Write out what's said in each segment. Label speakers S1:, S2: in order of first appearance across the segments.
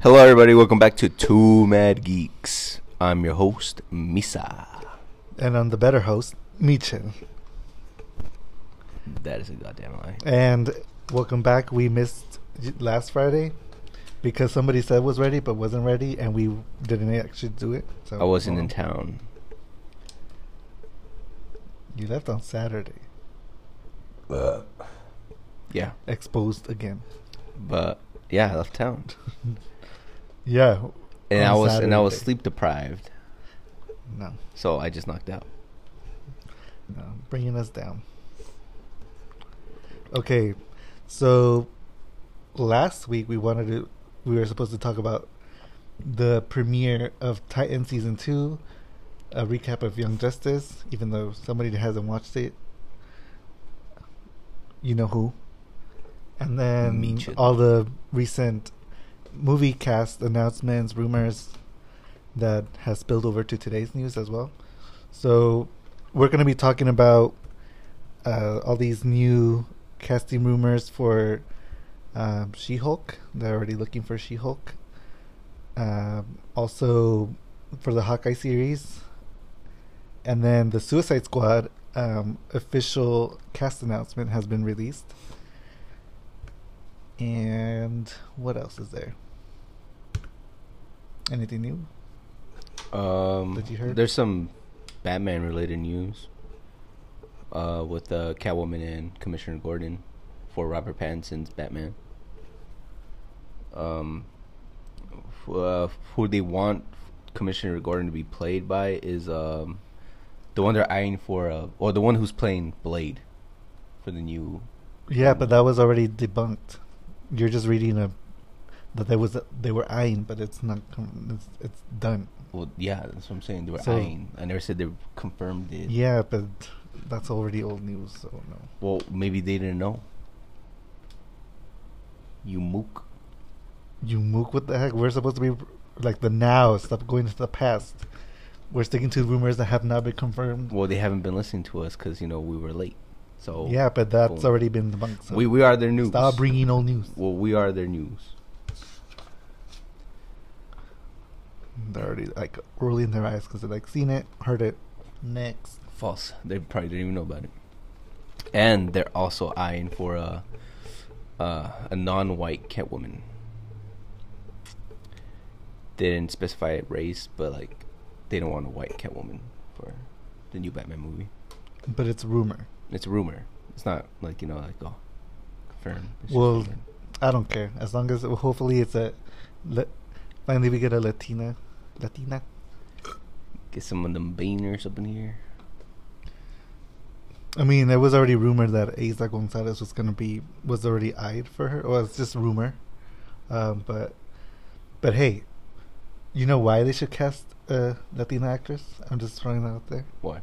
S1: Hello, everybody. Welcome back to Two Mad Geeks. I'm your host, Misa.
S2: And I'm the better host, Michin.
S1: That is a goddamn lie.
S2: And welcome back. We missed y- last Friday because somebody said was ready but wasn't ready, and we didn't actually do it. So
S1: I wasn't in
S2: well,
S1: town.
S2: You left on Saturday,
S1: Yeah,
S2: exposed again.
S1: but yeah, I left town,
S2: Yeah,
S1: and
S2: On
S1: I was and I was
S2: Saturday.
S1: sleep deprived,
S2: no,
S1: so I just knocked out.
S2: no, bringing us down. Okay, so last week we wanted to, we were supposed to talk about the premiere of Titan season two, a recap of Young Justice, even though somebody that hasn't watched it, you know who, and then
S1: Meechin.
S2: all the recent movie cast announcements, rumors that has spilled over to today's news as well. So we're going to be talking about uh, all these new casting rumors for um, She Hulk. They're already looking for She Hulk. Um, also, for the Hawkeye series. And then the Suicide Squad um, official cast announcement has been released. And what else is there? Anything new?
S1: Um,
S2: Did you hear?
S1: There's some Batman related news. Uh, with uh, Catwoman and Commissioner Gordon for Robert Pattinson's Batman. Um, f- uh, who they want Commissioner Gordon to be played by is um, the one they're eyeing for, uh, or the one who's playing Blade for the new.
S2: Yeah, but that was already debunked. You're just reading a that there was a, they were eyeing, but it's not. com- It's, it's done.
S1: Well, yeah, that's what I'm saying. They were
S2: So-
S1: eyeing. I never said they confirmed it.
S2: Yeah, but that's already old news. So no.
S1: Well, maybe they didn't know. You mook.
S2: You mook, what the heck? We're supposed to be like the now. Stop going to the past. We're sticking to rumors that have not been confirmed.
S1: Well, they haven't been listening to us because you know we were late. So
S2: Yeah, but that's
S1: Boom.
S2: already been debunked. So
S1: we we are their news.
S2: stop bringing old news.
S1: well, we are their news.
S2: They're already like rolling their eyes because they're like seen it, heard it. Next,
S1: False. They probably didn't even know about it. And they're also eyeing for a uh, a non-white Catwoman. They didn't specify race, but like they don't want a white Catwoman for the new Batman movie.
S2: but it's rumor.
S1: It's a rumor. It's not like you know like oh confirmed. It's just
S2: Well,
S1: rumor.
S2: I don't care as long as hopefully it's a. La- finally, we get a Latina, Latina.
S1: get some of them beaners up in here.
S2: I mean, it was already rumored that Asa Gonzalez was gonna be was already eyed for her. Well, it's just rumor, um, but but hey, you know why they should cast a Latina actress? I'm just throwing that out there
S1: Why?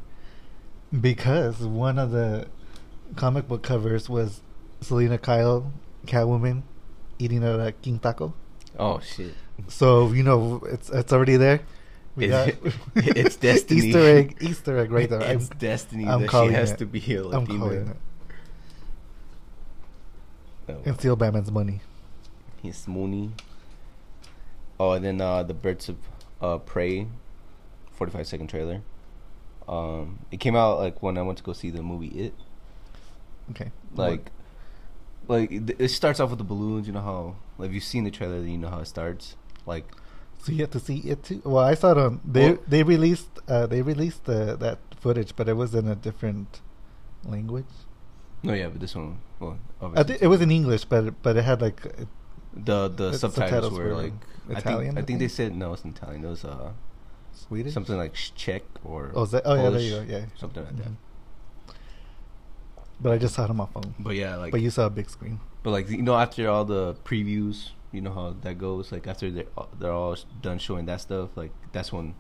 S2: because one of the comic book covers was Selena Kyle, Catwoman, eating at a king taco.
S1: Oh shit.
S2: So you know it's it's already there.
S1: It's- it's destiny.
S2: Easter egg, Easter egg, right there.
S1: It's
S2: I'm,
S1: destiny
S2: I'm
S1: that she
S2: calling
S1: has
S2: it.
S1: to be a
S2: I'm
S1: Latina.
S2: calling it.
S1: Oh, wow.
S2: And steal Batman's money.
S1: He's Mooney. Oh, and then uh, the Birds of uh, Prey, forty-five second trailer. Um, it came out like when I went to go see the movie It.
S2: Okay.
S1: Like, like it it starts off with the balloons. You know how like, if you've seen the trailer, then you know how it starts. Like
S2: so you have to see it too. Well, I saw them. They
S1: Well-
S2: they released uh, they released the, that footage, but it was in a different language.
S1: no, yeah, but this one, well,
S2: I thi- it was in English, but but it had like uh,
S1: the the
S2: the
S1: subtitles
S2: subtitles
S1: were,
S2: were
S1: like I think,
S2: Italian,
S1: I
S2: I
S1: think they
S2: think?
S1: said no, it's Italian. It was uh
S2: Swedish.
S1: something like Czech or
S2: Oh, is that, oh yeah, there
S1: Polish,
S2: you go. Yeah,
S1: something like that.
S2: Mhm. But I just saw it on my phone.
S1: But yeah, like
S2: but you saw a big screen.
S1: But like you know, after all the previews, you know how that goes. Like after they're they're all sh- done showing that stuff, like that's when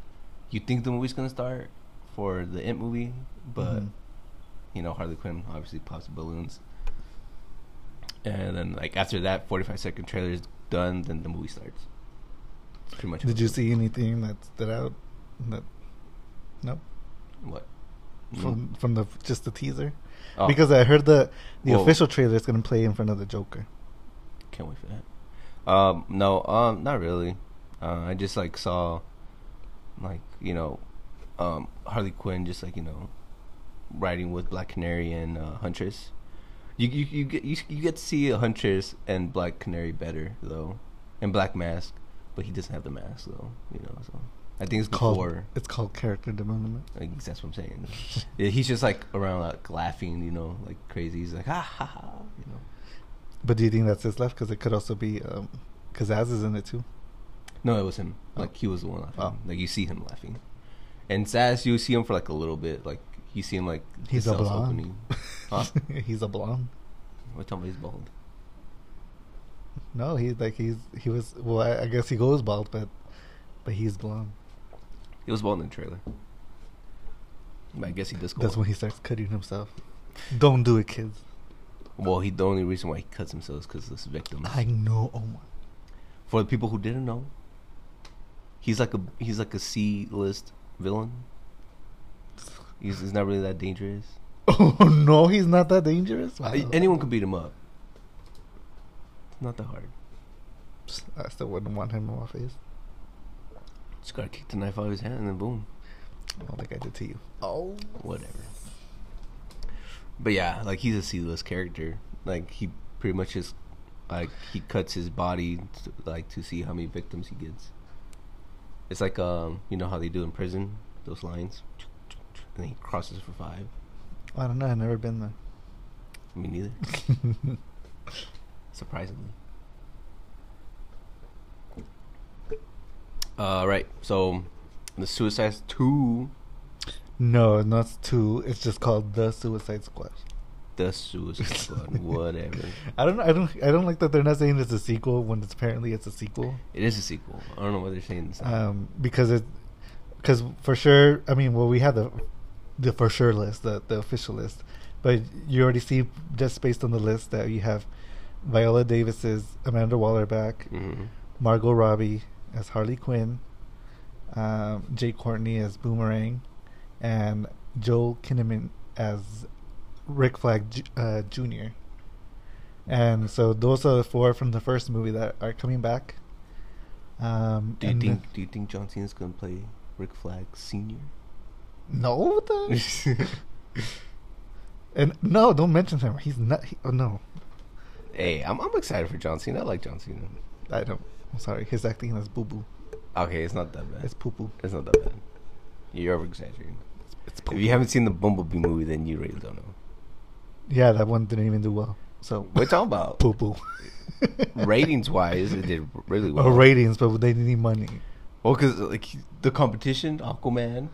S1: you think the movie's gonna start for the Ant movie. But
S2: Mhm.
S1: you know, Harley Quinn obviously pops balloons, and then like after that forty five second trailer is done, then the movie starts. It's pretty much.
S2: Did you see anything that stood out? That
S1: what?
S2: from from the just the teaser
S1: Mm. Oh,
S2: because I heard the the
S1: Well-
S2: official trailer is going to play in front of the Joker.
S1: can't wait for that. Um, no, um, not really. Uh, I just like saw, like you know, um, Harley Quinn just like you know, riding with Black Canary and uh, Huntress. You you you get you, you get to see Huntress and Black Canary better though, and Black Mask, but he doesn't have the mask though. You know, so I think it's
S2: called
S1: before.
S2: it's called character development.
S1: Like, that's what I'm saying. yeah, he's just like around like laughing, you know, like crazy. He's like "Ah, ha ha ha, you know.
S2: But do you think that's his left? Because it could also be because Az is in it too.
S1: No, it was him.
S2: Oh.
S1: Like he was the one laughing.
S2: Oh.
S1: Like you see him laughing. And Zaz, you see him for like a little bit. Like you see him like
S2: He's
S1: his
S2: a
S1: cell's
S2: blonde.
S1: opening. Huh?
S2: he's a blonde.
S1: We're talking about he's bald.
S2: No, he's like he's he was. Well, I, I guess he goes bald, but but he's blonde.
S1: He was bald in the trailer. But I guess he does. go
S2: That's when he starts cutting himself. Don't do it, kids.
S1: Well, he the only reason why he cuts himself is because this victim.
S2: I know. Oh my.
S1: For the people who didn't know, he's like a he's like a C list villain. He's, he's not really that dangerous.
S2: Oh no, he's not that dangerous. Wow.
S1: I- Anyone could beat him up. It's not that hard.
S2: I still wouldn't want him in my face.
S1: Just gotta kick the knife out of his hand and then boom.
S2: Oh, like I did to you. Oh.
S1: whatever. But yeah, like he's a C-list character. Like he pretty much just like he cuts his body to, like to see how many victims he gets. It's like um you know how they do in prison those lines, and then he crosses for five.
S2: I don't know. I've never been there.
S1: Me neither. Surprisingly. Uh, right. So, the Suicide Two,
S2: No, not two. It's just called the Suicide Squad.
S1: the Suicide Squad, whatever.
S2: I don't. I don't. I don't like that they're not saying it's a sequel when it's apparently it's a sequel.
S1: It is a sequel. I don't know what they're saying. It's not.
S2: Um, because it, because for sure. I mean, well, we have the, the for sure list, the the official list, but you already see just based on the list that you have, Viola Davis's Amanda Waller back,
S1: Mhm.
S2: Margot Robbie as Harley Quinn, um, Jay Courtney as Boomerang, and Joel Kinnaman as Rick Flag Ju- uh, Jr. And so those are the four from the first movie that are coming back. Um,
S1: Do you
S2: and-
S1: think? Do you think John Cena's gonna play Rick Flag Senior?
S2: No, what the- and no, don't mention him. He's not. He, oh no,
S1: hey, I'm I'm excited for John Cena. I like John Cena.
S2: I don't. I'm sorry. His acting is boo boo.
S1: Okay, it's not that bad.
S2: It's
S1: It's,
S2: poo poo.
S1: not that bad. You're over exaggerating.
S2: It's
S1: If
S2: poo.
S1: you haven't seen the Bumblebee movie, then you really don't know.
S2: Yeah, that one didn't even do well. So
S1: What you talking about?
S2: poo poo.
S1: Ratings wise, it did really well.
S2: Or ratings, but they need money.
S1: well, because like the competition, Aquaman.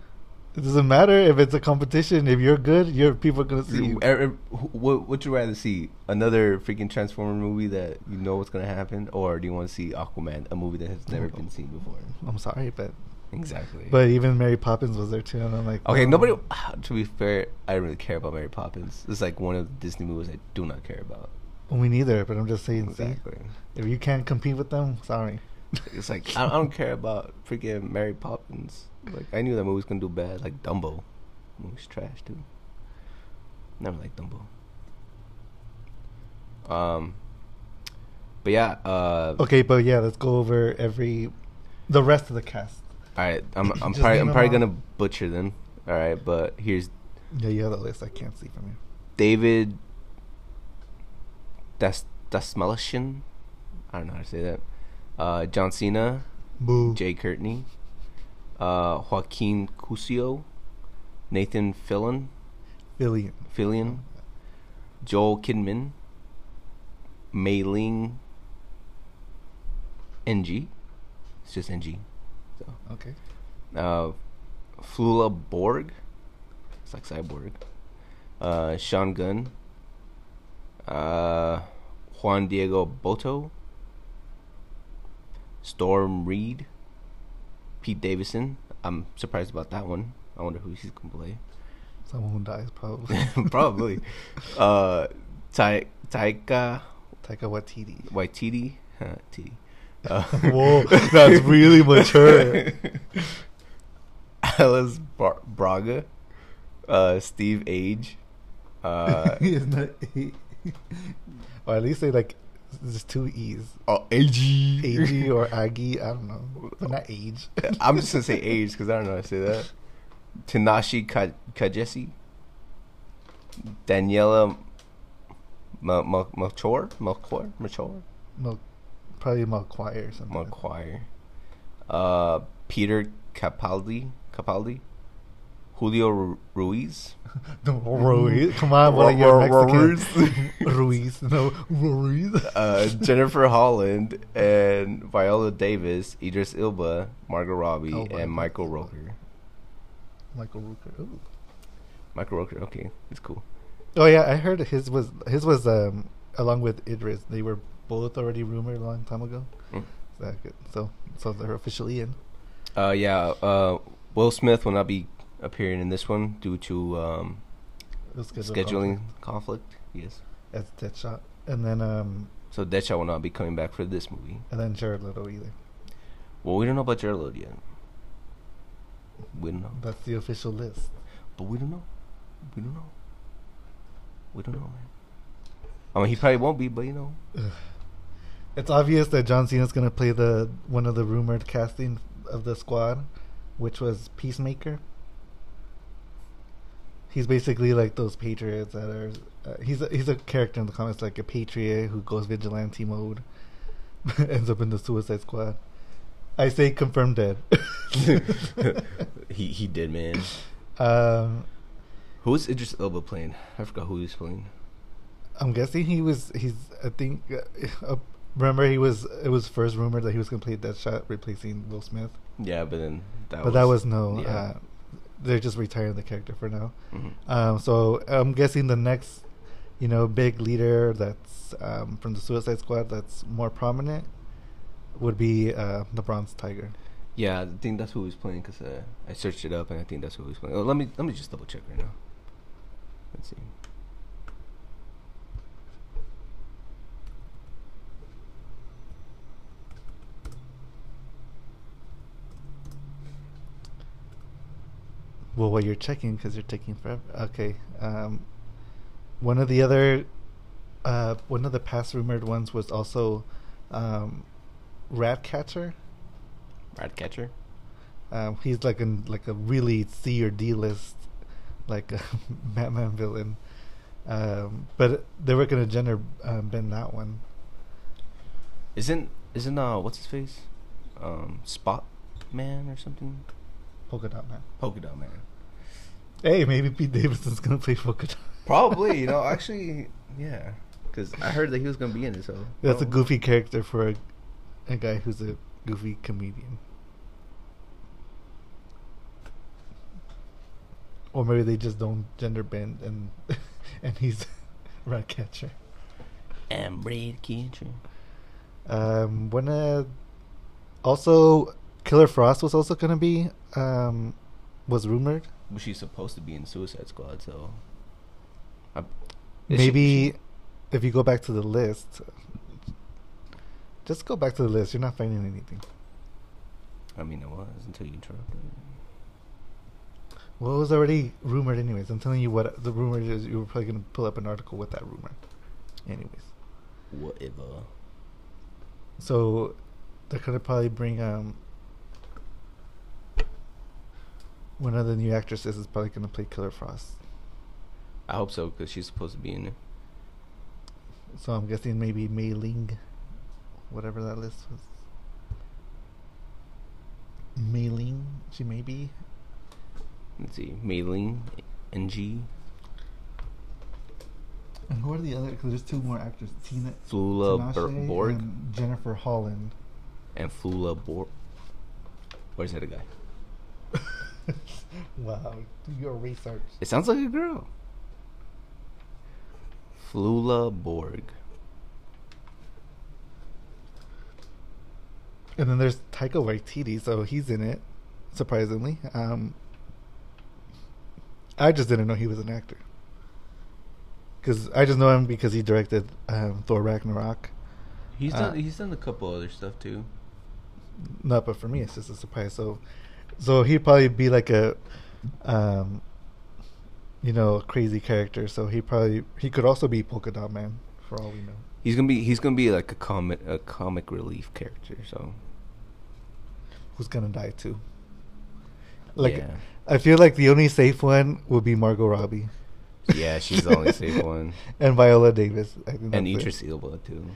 S2: It doesn't matter if it's a competition. If you're good, your people are gonna see you.
S1: Er- er- wh- What would you rather see? Another freaking Transformer movie that you know what's gonna happen, or do you want to see Aquaman, a movie that has never been seen before?
S2: I'm sorry, but
S1: Exactly.
S2: but even Mary Poppins was there too, and I'm like, "Oh."
S1: Okay,
S2: no.
S1: nobody. To be fair, I don't really care about Mary Poppins. It's like one of the Disney movies I do not care about.
S2: We neither. But I'm just saying, see,
S1: Exactly.
S2: if you can't compete with them, sorry.
S1: It's like I, I don't care about freaking Mary Poppins. Like I knew that movie was gonna do bad. Like Dumbo, movie's trash too. Never liked Dumbo. Um. But yeah. Uh, All
S2: Okay, but yeah, let's go over every the rest of the cast.
S1: right. I'm. I'm
S2: Just
S1: probably.
S2: name
S1: I'm
S2: them
S1: probably
S2: all.
S1: gonna butcher them. All right. But here's
S2: Yeah, you have the list. I can't see from here.
S1: David Das Dasmalshin. I don't know how to say that. Uh, John Cena,
S2: Boo.
S1: Jay Curtney, uh, Joaquin Cusio, Nathan Fillion,
S2: Billion.
S1: Fillion, Joel Kidman, Mei Ling, NG. It's just NG. So,
S2: Okay.
S1: uh, Flula Borg. It's like Cyborg. Uh, Sean Gunn. Uh, Juan Diego Boto. Storm Reed. Pete Davison. I'm surprised about that one. I wonder who he's going to play.
S2: Someone who dies probably.
S1: Probably. uh, Ta- Taika
S2: Taika Waititi.
S1: Waititi. Huh, Titi. Uh,
S2: Whoa, that's really mature.
S1: Alice Bar- Braga, uh, Steve Age, uh,
S2: He's not- he- or at least they like There's two E's.
S1: Oh, AG.
S2: Ag or Aggie. I don't know. But not age.
S1: I'm just gonna say age because I don't know how to say that. Tanashi Ka- Kajesi, Daniela Ma- Ma- Malchor, Malchor, Malchor,
S2: Mil- probably Malquire or something.
S1: Malquire, uh, Peter Capaldi, Capaldi, Julio Ru- Ruiz,
S2: No, Ruiz. Come on, what are
S1: Ru-
S2: you
S1: Ru-
S2: Mexican? Ruiz. No, Ruiz.
S1: uh, Jennifer Holland, and Viola Davis, Idris Ilba, Margot Robbie,
S2: Oh,
S1: and
S2: Michael.
S1: Michael Roker.
S2: Michael Rooker. Ooh.
S1: Michael Roker, okay, it's cool.
S2: Oh yeah, I heard his was his was um along with Idris. They were both already rumored a long time ago.
S1: Mm.
S2: So, good. so so they're officially in.
S1: Uh, yeah. Uh, Will Smith will not be appearing in this one due to um,
S2: It was scheduled
S1: scheduling conflict. Yes.
S2: as Deadshot, and then um
S1: So Deadshot will not be coming back for this movie.
S2: and then Jared Leto either.
S1: Well, we don't know about Jared Leto yet. We don't know.
S2: That's the official list.
S1: But we don't know. We don't know. We don't know, man. I mean, he probably won't be, but you know.
S2: It's obvious that John Cena's gonna play the one of the rumored casting of the squad, which was Peacemaker. He's basically like those patriots that are. Uh, he's a, he's a character in the comics like a patriot who goes vigilante mode, ends up in the Suicide Squad. I say confirmed dead.
S1: he he did, man.
S2: um,
S1: Who's Idris Elba playing? I forgot who he's playing.
S2: I'm guessing he was. He's. I think. Uh, uh, remember, he was. It was first rumored that he was going to play Deadshot, replacing Will Smith.
S1: Yeah, but then that
S2: but
S1: was,
S2: that was no.
S1: yeah.
S2: Uh, they're just retiring the character for now.
S1: Mhm.
S2: Um, so I'm guessing the next, you know, big leader that's um, from the Suicide Squad that's more prominent would be uh, the Bronze Tiger.
S1: Yeah, I think that's who he's playing because uh, I searched it up and I think that's who he's playing. Oh, let me let me just double check right now. Let's see.
S2: Well, while you're checking, because you're taking forever. Okay. Um, one of the other, uh, one of the past rumored ones was also um, Ratcatcher.
S1: Ratcatcher.
S2: Um, he's like an like a really C or D list, like a Batman villain. Um, but they were gonna gender um, bend that one.
S1: Isn't isn't uh what's his face? Um, Spot Man or something.
S2: Polka dot man.
S1: Polka Dot Man.
S2: Hey, maybe Pete Davidson's gonna play polka dot.
S1: Probably, you know, actually, yeah. Because I heard that he was gonna be in it, so
S2: That's a goofy character for a, a guy who's a goofy comedian. Or maybe they just don't gender bend and and he's rat catcher.
S1: And Ratcatcher.
S2: Um when uh also Killer Frost was also gonna be um was rumored.
S1: But she's supposed to be in Suicide Squad, so. I, Is she-
S2: Maybe
S1: she-
S2: if you go back to the list just go back to the list, you're not finding anything.
S1: I mean, it was until you interrupted.
S2: Well, it was already rumored, anyways. I'm telling you what the rumor is. You were probably going to pull up an article with that rumor, anyways.
S1: Whatever.
S2: So they're going to probably bring um one of the new actresses is probably going to play Killer Frost.
S1: I hope so because she's supposed to be in it.
S2: So I'm guessing maybe Mei Ling, whatever that list was. Mei Ling, she may be.
S1: Let's see, Mailing, NG,
S2: And who are the other? Because there's two more actors: Tina
S1: Flula Ber-
S2: Tinashe
S1: Borg, and,
S2: and Jennifer Holland.
S1: Flula Borg. Where's that guy?
S2: Wow, do your research.
S1: It sounds like a girl. Flula Borg.
S2: And then there's Taika Waititi, so he's in it, surprisingly. Um, I just didn't know he was an actor. Because I just know him because he directed um, Thor Ragnarok.
S1: He's
S2: Uh,
S1: done. he's done a couple other stuff too.
S2: No, but for me, it's just a surprise. So, so he'd probably be like a, um, you know, crazy character. So he probably he could also be Polka Dot Man for all we know.
S1: he's gonna be he's gonna be like a comic a comic relief character. So
S2: who's gonna die too. Like
S1: yeah,
S2: I feel like the only safe one would be Margot Robbie.
S1: Yeah, she's the only safe one.
S2: And Viola Davis. I think
S1: and
S2: that's it.
S1: Idris Elba too.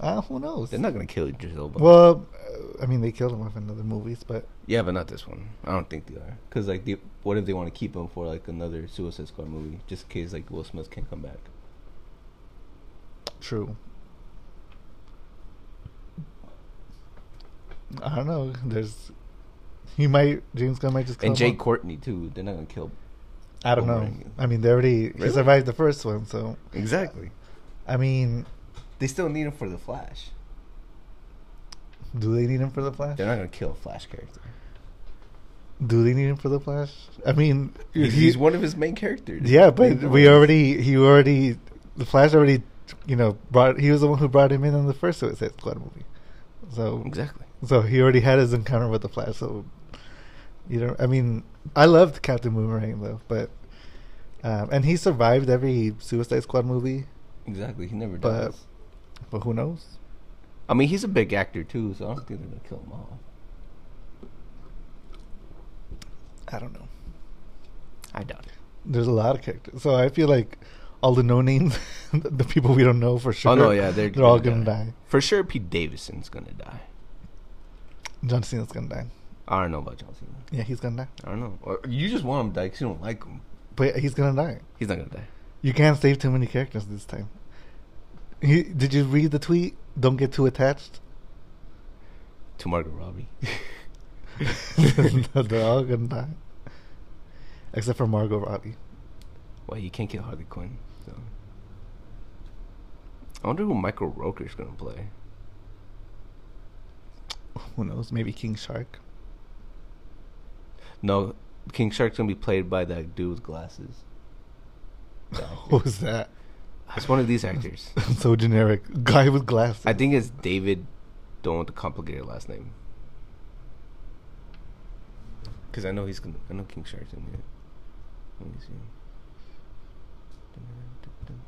S2: Uh, who knows?
S1: They're not gonna kill Idris Elba.
S2: Well, uh, I mean, they killed him off in other movies, but
S1: yeah, but not this one. I don't think they are. Cause like, they, what if they want to keep him for like another Suicide Squad movie, just in case like Will Smith can't come back?
S2: true. I don't know. There's, he might James Gunn might just kill
S1: and
S2: him
S1: Jay
S2: off.
S1: Courtney too. They're not gonna kill.
S2: I don't know.
S1: Boomerang.
S2: I mean, they already he
S1: Really?
S2: survived the first one, so
S1: Exactly.
S2: I mean,
S1: They still need him for the Flash.
S2: do they need him for the Flash?
S1: They're not gonna kill a Flash character.
S2: Do they need him for the Flash? I mean,
S1: He's,
S2: he-
S1: he's one of his main characters.
S2: Yeah, but
S1: Main
S2: we
S1: villains.
S2: already he already the Flash already you know brought he was the one who brought him in in the first Suicide Squad movie, so
S1: exactly.
S2: so he already had his encounter with the Flash. So you know, I mean, I loved Captain Boomerang though, but um, and he survived every Suicide Squad movie,
S1: Exactly. He never
S2: But-
S1: does.
S2: but who knows?
S1: I mean, he's a big actor too, so I don't think they're gonna kill him all.
S2: I don't know.
S1: I doubt it.
S2: There's a lot of characters, so I feel like all the no names, the people we don't know for sure.
S1: Oh no, yeah, they're
S2: they're all gonna die.
S1: For sure, Pete Davidson's gonna die.
S2: John Cena's gonna die.
S1: I don't know about John Cena.
S2: Yeah, he's gonna die,
S1: I don't know. Or you just want him to die because you don't like him.
S2: but he's gonna die.
S1: He's not gonna die.
S2: You can't save too many characters this time. He, did you read the tweet? Don't get too attached.
S1: To Margot Robbie.
S2: They're all gonna die, except for Margot Robbie.
S1: Well, you can't kill Harley Quinn. So. I wonder who Michael Roker's gonna play.
S2: Who knows? Maybe King Shark.
S1: No, King Shark's gonna be played by that dude with glasses. The
S2: What
S1: actor.
S2: was that?
S1: it's one of these actors.
S2: so generic. Guy with glasses.
S1: I think it's David. Don't want to complicate your last name. Because I know he's gonna. I know King Shark's in it. Let me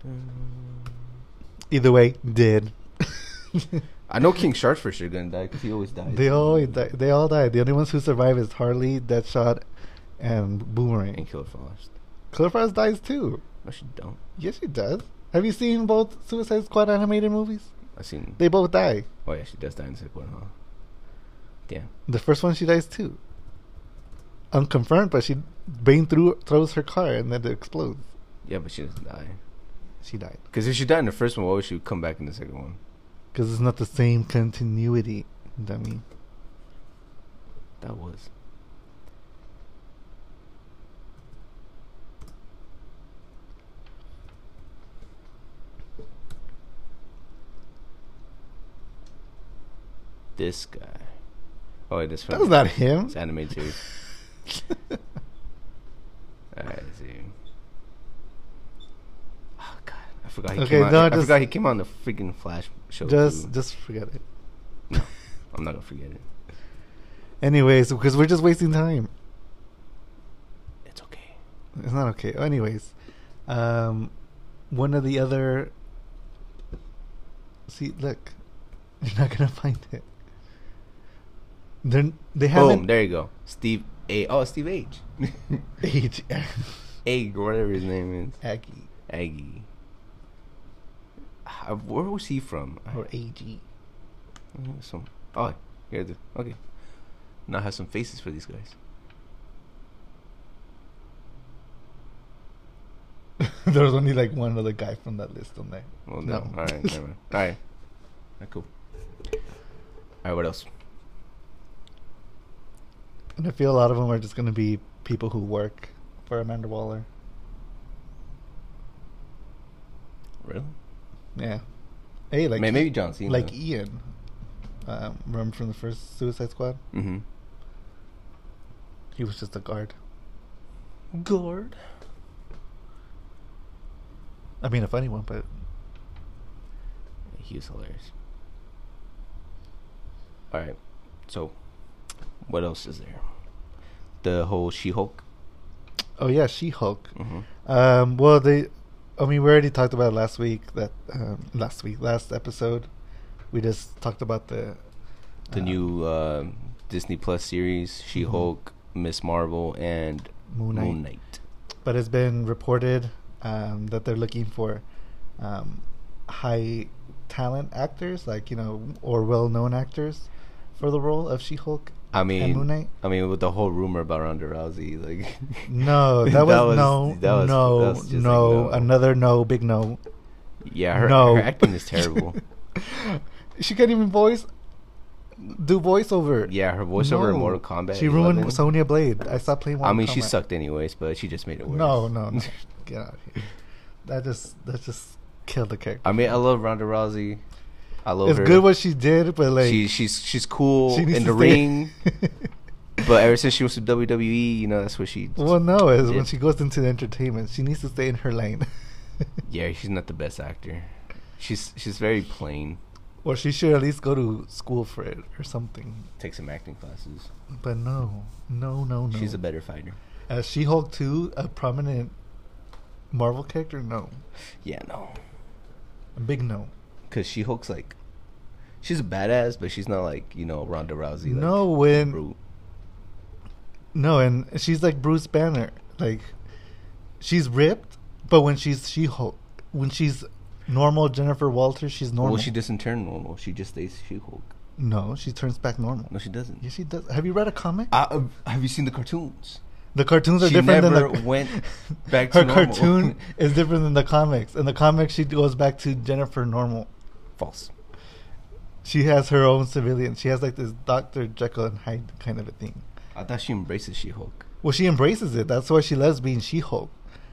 S1: see.
S2: Either way, dead.
S1: I know King Shark's for sure gonna die because he always dies.
S2: They all die. They all died. The only ones who survive is Harley, Deadshot, and Boomerang.
S1: and Killer Frost.
S2: Killer Frost dies too.
S1: No, she don't.
S2: Yes, she does. Have you seen both Suicide Squad animated movies?
S1: I seen.
S2: They both die.
S1: oh yeah, she does die in the second one, huh? Yeah.
S2: The first one she dies too. Unconfirmed, but she Bane threw, throws her car and then it explodes.
S1: Yeah, but she doesn't die.
S2: She died
S1: Because if she died in the first one, why would she come back in the second one?
S2: because it's not the same continuity. Dummy.
S1: That was. This guy. Oh, wait, this
S2: That
S1: one.
S2: was not him.
S1: It's animated series. Alright, let's see. Oh, God. I forgot he
S2: Okay,
S1: came out.
S2: no,
S1: I
S2: just-
S1: forgot he came on the freaking Flash show.
S2: Just,
S1: too.
S2: just forget it.
S1: I'm not gonna forget it.
S2: Anyways, because we're just wasting time.
S1: It's okay.
S2: It's not okay. Anyways, um, one of the other. See, look, you're not gonna find it. Then they
S1: Boom!
S2: haven't
S1: There you go. Steve A. Oh, Steve H.
S2: H-
S1: Egg, or whatever his name is.
S2: Aggie
S1: Aggie. Ah, Where was he from?
S2: or AG.
S1: Uh, Some. Oh, here the. Okay. Now I have some faces for these guys.
S2: there was only like one other guy from that list on there.
S1: Well, no.
S2: No.
S1: All right. Never mind. All right. Ah, cool. All right. What else?
S2: And I feel a lot of them are just going to be people who work for Amanda Waller.
S1: Really?
S2: Yeah. Hey, like
S1: May- maybe John Cena.
S2: like Ian. Um, remember from the first Suicide Squad?
S1: Mm-hmm.
S2: He was just a guard.
S1: Gord.
S2: I mean, a funny one, but
S1: He was hilarious. All right. So, what else is there? The whole She-Hulk.
S2: oh yeah, She Hulk.
S1: Mm-hmm.
S2: Um, well, they I mean, we already talked about it last week. That um, last week, last episode, we just talked about the
S1: The
S2: um,
S1: new uh, Disney Plus series, She Hulk, Miss Marvel, and
S2: Mm-hmm. Moon Knight.
S1: Moon Knight.
S2: But it's been reported um, that they're looking for um, high talent actors, like you know, or well-known actors, for the role of She-Hulk.
S1: I
S2: and Moon
S1: mean,
S2: Knight.
S1: I mean, with the whole rumor about Ronda Rousey, like
S2: No, that, was, no,
S1: that was-
S2: no,
S1: that was just like,
S2: no, another no, big no.
S1: Yeah, her,
S2: no.
S1: her acting is terrible.
S2: she can't even voice, do voiceover.
S1: yeah, her voiceover
S2: No.
S1: in Mortal Kombat.
S2: She ruined
S1: 11.
S2: Sonya Blade. I stopped playing.
S1: I
S2: Mortal
S1: mean, she
S2: Kombat.
S1: sucked anyways, but she just made it worse.
S2: No, no, no. Get out of here. That just that just killed the character.
S1: I mean, I love Ronda Rousey. I love
S2: it's
S1: her.
S2: good what she did, but like
S1: she, she's she's cool
S2: she needs
S1: in
S2: to
S1: the
S2: stay-
S1: ring, but ever since she was to WWE, E, you know, that's what she.
S2: well, no, is
S1: Yeah.
S2: when she goes into the entertainment, she needs to stay in her lane.
S1: Yeah, she's not the best actor. She's she's very plain.
S2: or she should at least go to school for it or something.
S1: Take some acting classes.
S2: But no, no, no, no.
S1: She's a better fighter.
S2: As She-Hulk too, a prominent Marvel character. No,
S1: Yeah, no,
S2: a big no.
S1: because she Hulk's like, she's a badass, but she's not like you know Ronda Rousey. Like,
S2: No, when-
S1: brute.
S2: No, and she's like Bruce Banner. Like she's ripped, but when she's she Hulk, when she's normal Jennifer Walters, she's normal.
S1: Well, she doesn't turn normal. She just stays She Hulk.
S2: no, she turns back normal.
S1: No, she doesn't.
S2: Yes, she does. Have you read a comic?
S1: I, uh, have you seen the cartoons?
S2: the cartoons are
S1: she
S2: different
S1: never
S2: than the
S1: went back to
S2: her
S1: normal.
S2: cartoon is different than the comics. In the comics, she goes back to Jennifer normal.
S1: False.
S2: She has her own civilian. She has like this Doctor Jekyll and Hyde kind of a thing.
S1: I thought she embraces She Hulk.
S2: Well, she embraces it. That's why she loves being She Hulk.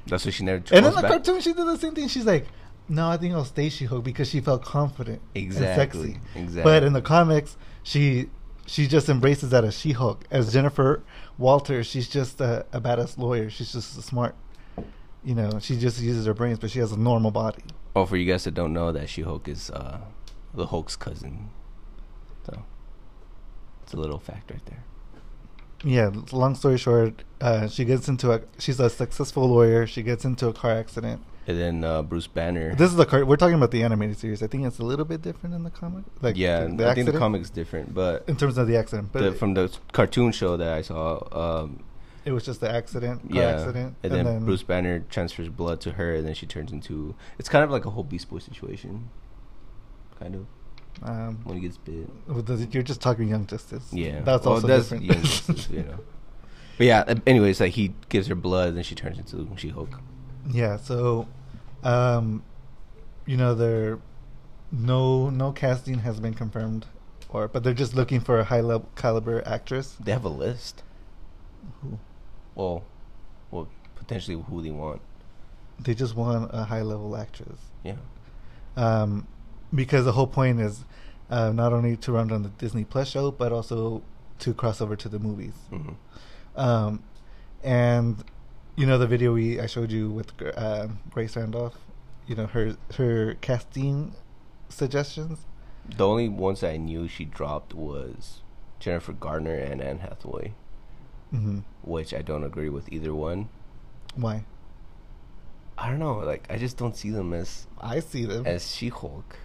S1: That's why she never.
S2: And in
S1: goes
S2: the
S1: back.
S2: cartoon, she did the same thing. She's like, "No, I think I'll stay She-Hulk because she felt confident and
S1: Exactly.
S2: sexy."
S1: Exactly.
S2: But in the comics, she she just embraces that as She-Hulk. As Jennifer Walters, she's just a, a badass lawyer. She's just a smart. You know, she just uses her brains, but she has a normal body.
S1: Oh, for you guys that don't know, that She Hulk is uh, the Hulk's cousin. So it's a little fact right there.
S2: Yeah. Long story short, uh, she gets into a. She's a successful lawyer. She gets into a car accident.
S1: And then uh, Bruce Banner.
S2: This is the car. We're talking about the animated series. I think it's a little bit different in the comic. Like
S1: yeah, I
S2: the, the
S1: think the
S2: accident-
S1: comic's different, but,
S2: in terms of the accident, but
S1: the, from the cartoon show that I saw, um,
S2: It was just the accident, car
S1: yeah,
S2: accident,
S1: and, then, Bruce Banner transfers blood to her, and then she turns into. It's kind of like a whole Beast Boy situation, kind of
S2: Um,
S1: when he gets bit.
S2: well, th- you're just talking Young Justice.
S1: Yeah,
S2: that's
S1: Well,
S2: also different.
S1: yeah, it's- it's, you know. But yeah, uh, anyways, like he gives her blood, and she turns into She Hulk.
S2: yeah. So, um, you know, there, no, no casting has been confirmed, or but they're just looking for a high level caliber actress.
S1: They have a list.
S2: Who-
S1: Well, well, potentially who they want.
S2: They just want a high level actress.
S1: Yeah,
S2: um, because the whole point is uh, not only to run on the Disney Plus show, but also to cross over to the movies.
S1: Mhm.
S2: Um, and you know the video we I showed you with Gr- uh, Grace Randolph, you know her her casting suggestions.
S1: the only ones that I knew she dropped was Jennifer Gardner and Anne Hathaway,
S2: hmm
S1: which I don't agree with either one.
S2: Why
S1: I don't know. Like I just don't see them as
S2: I see them.
S1: as She Hulk.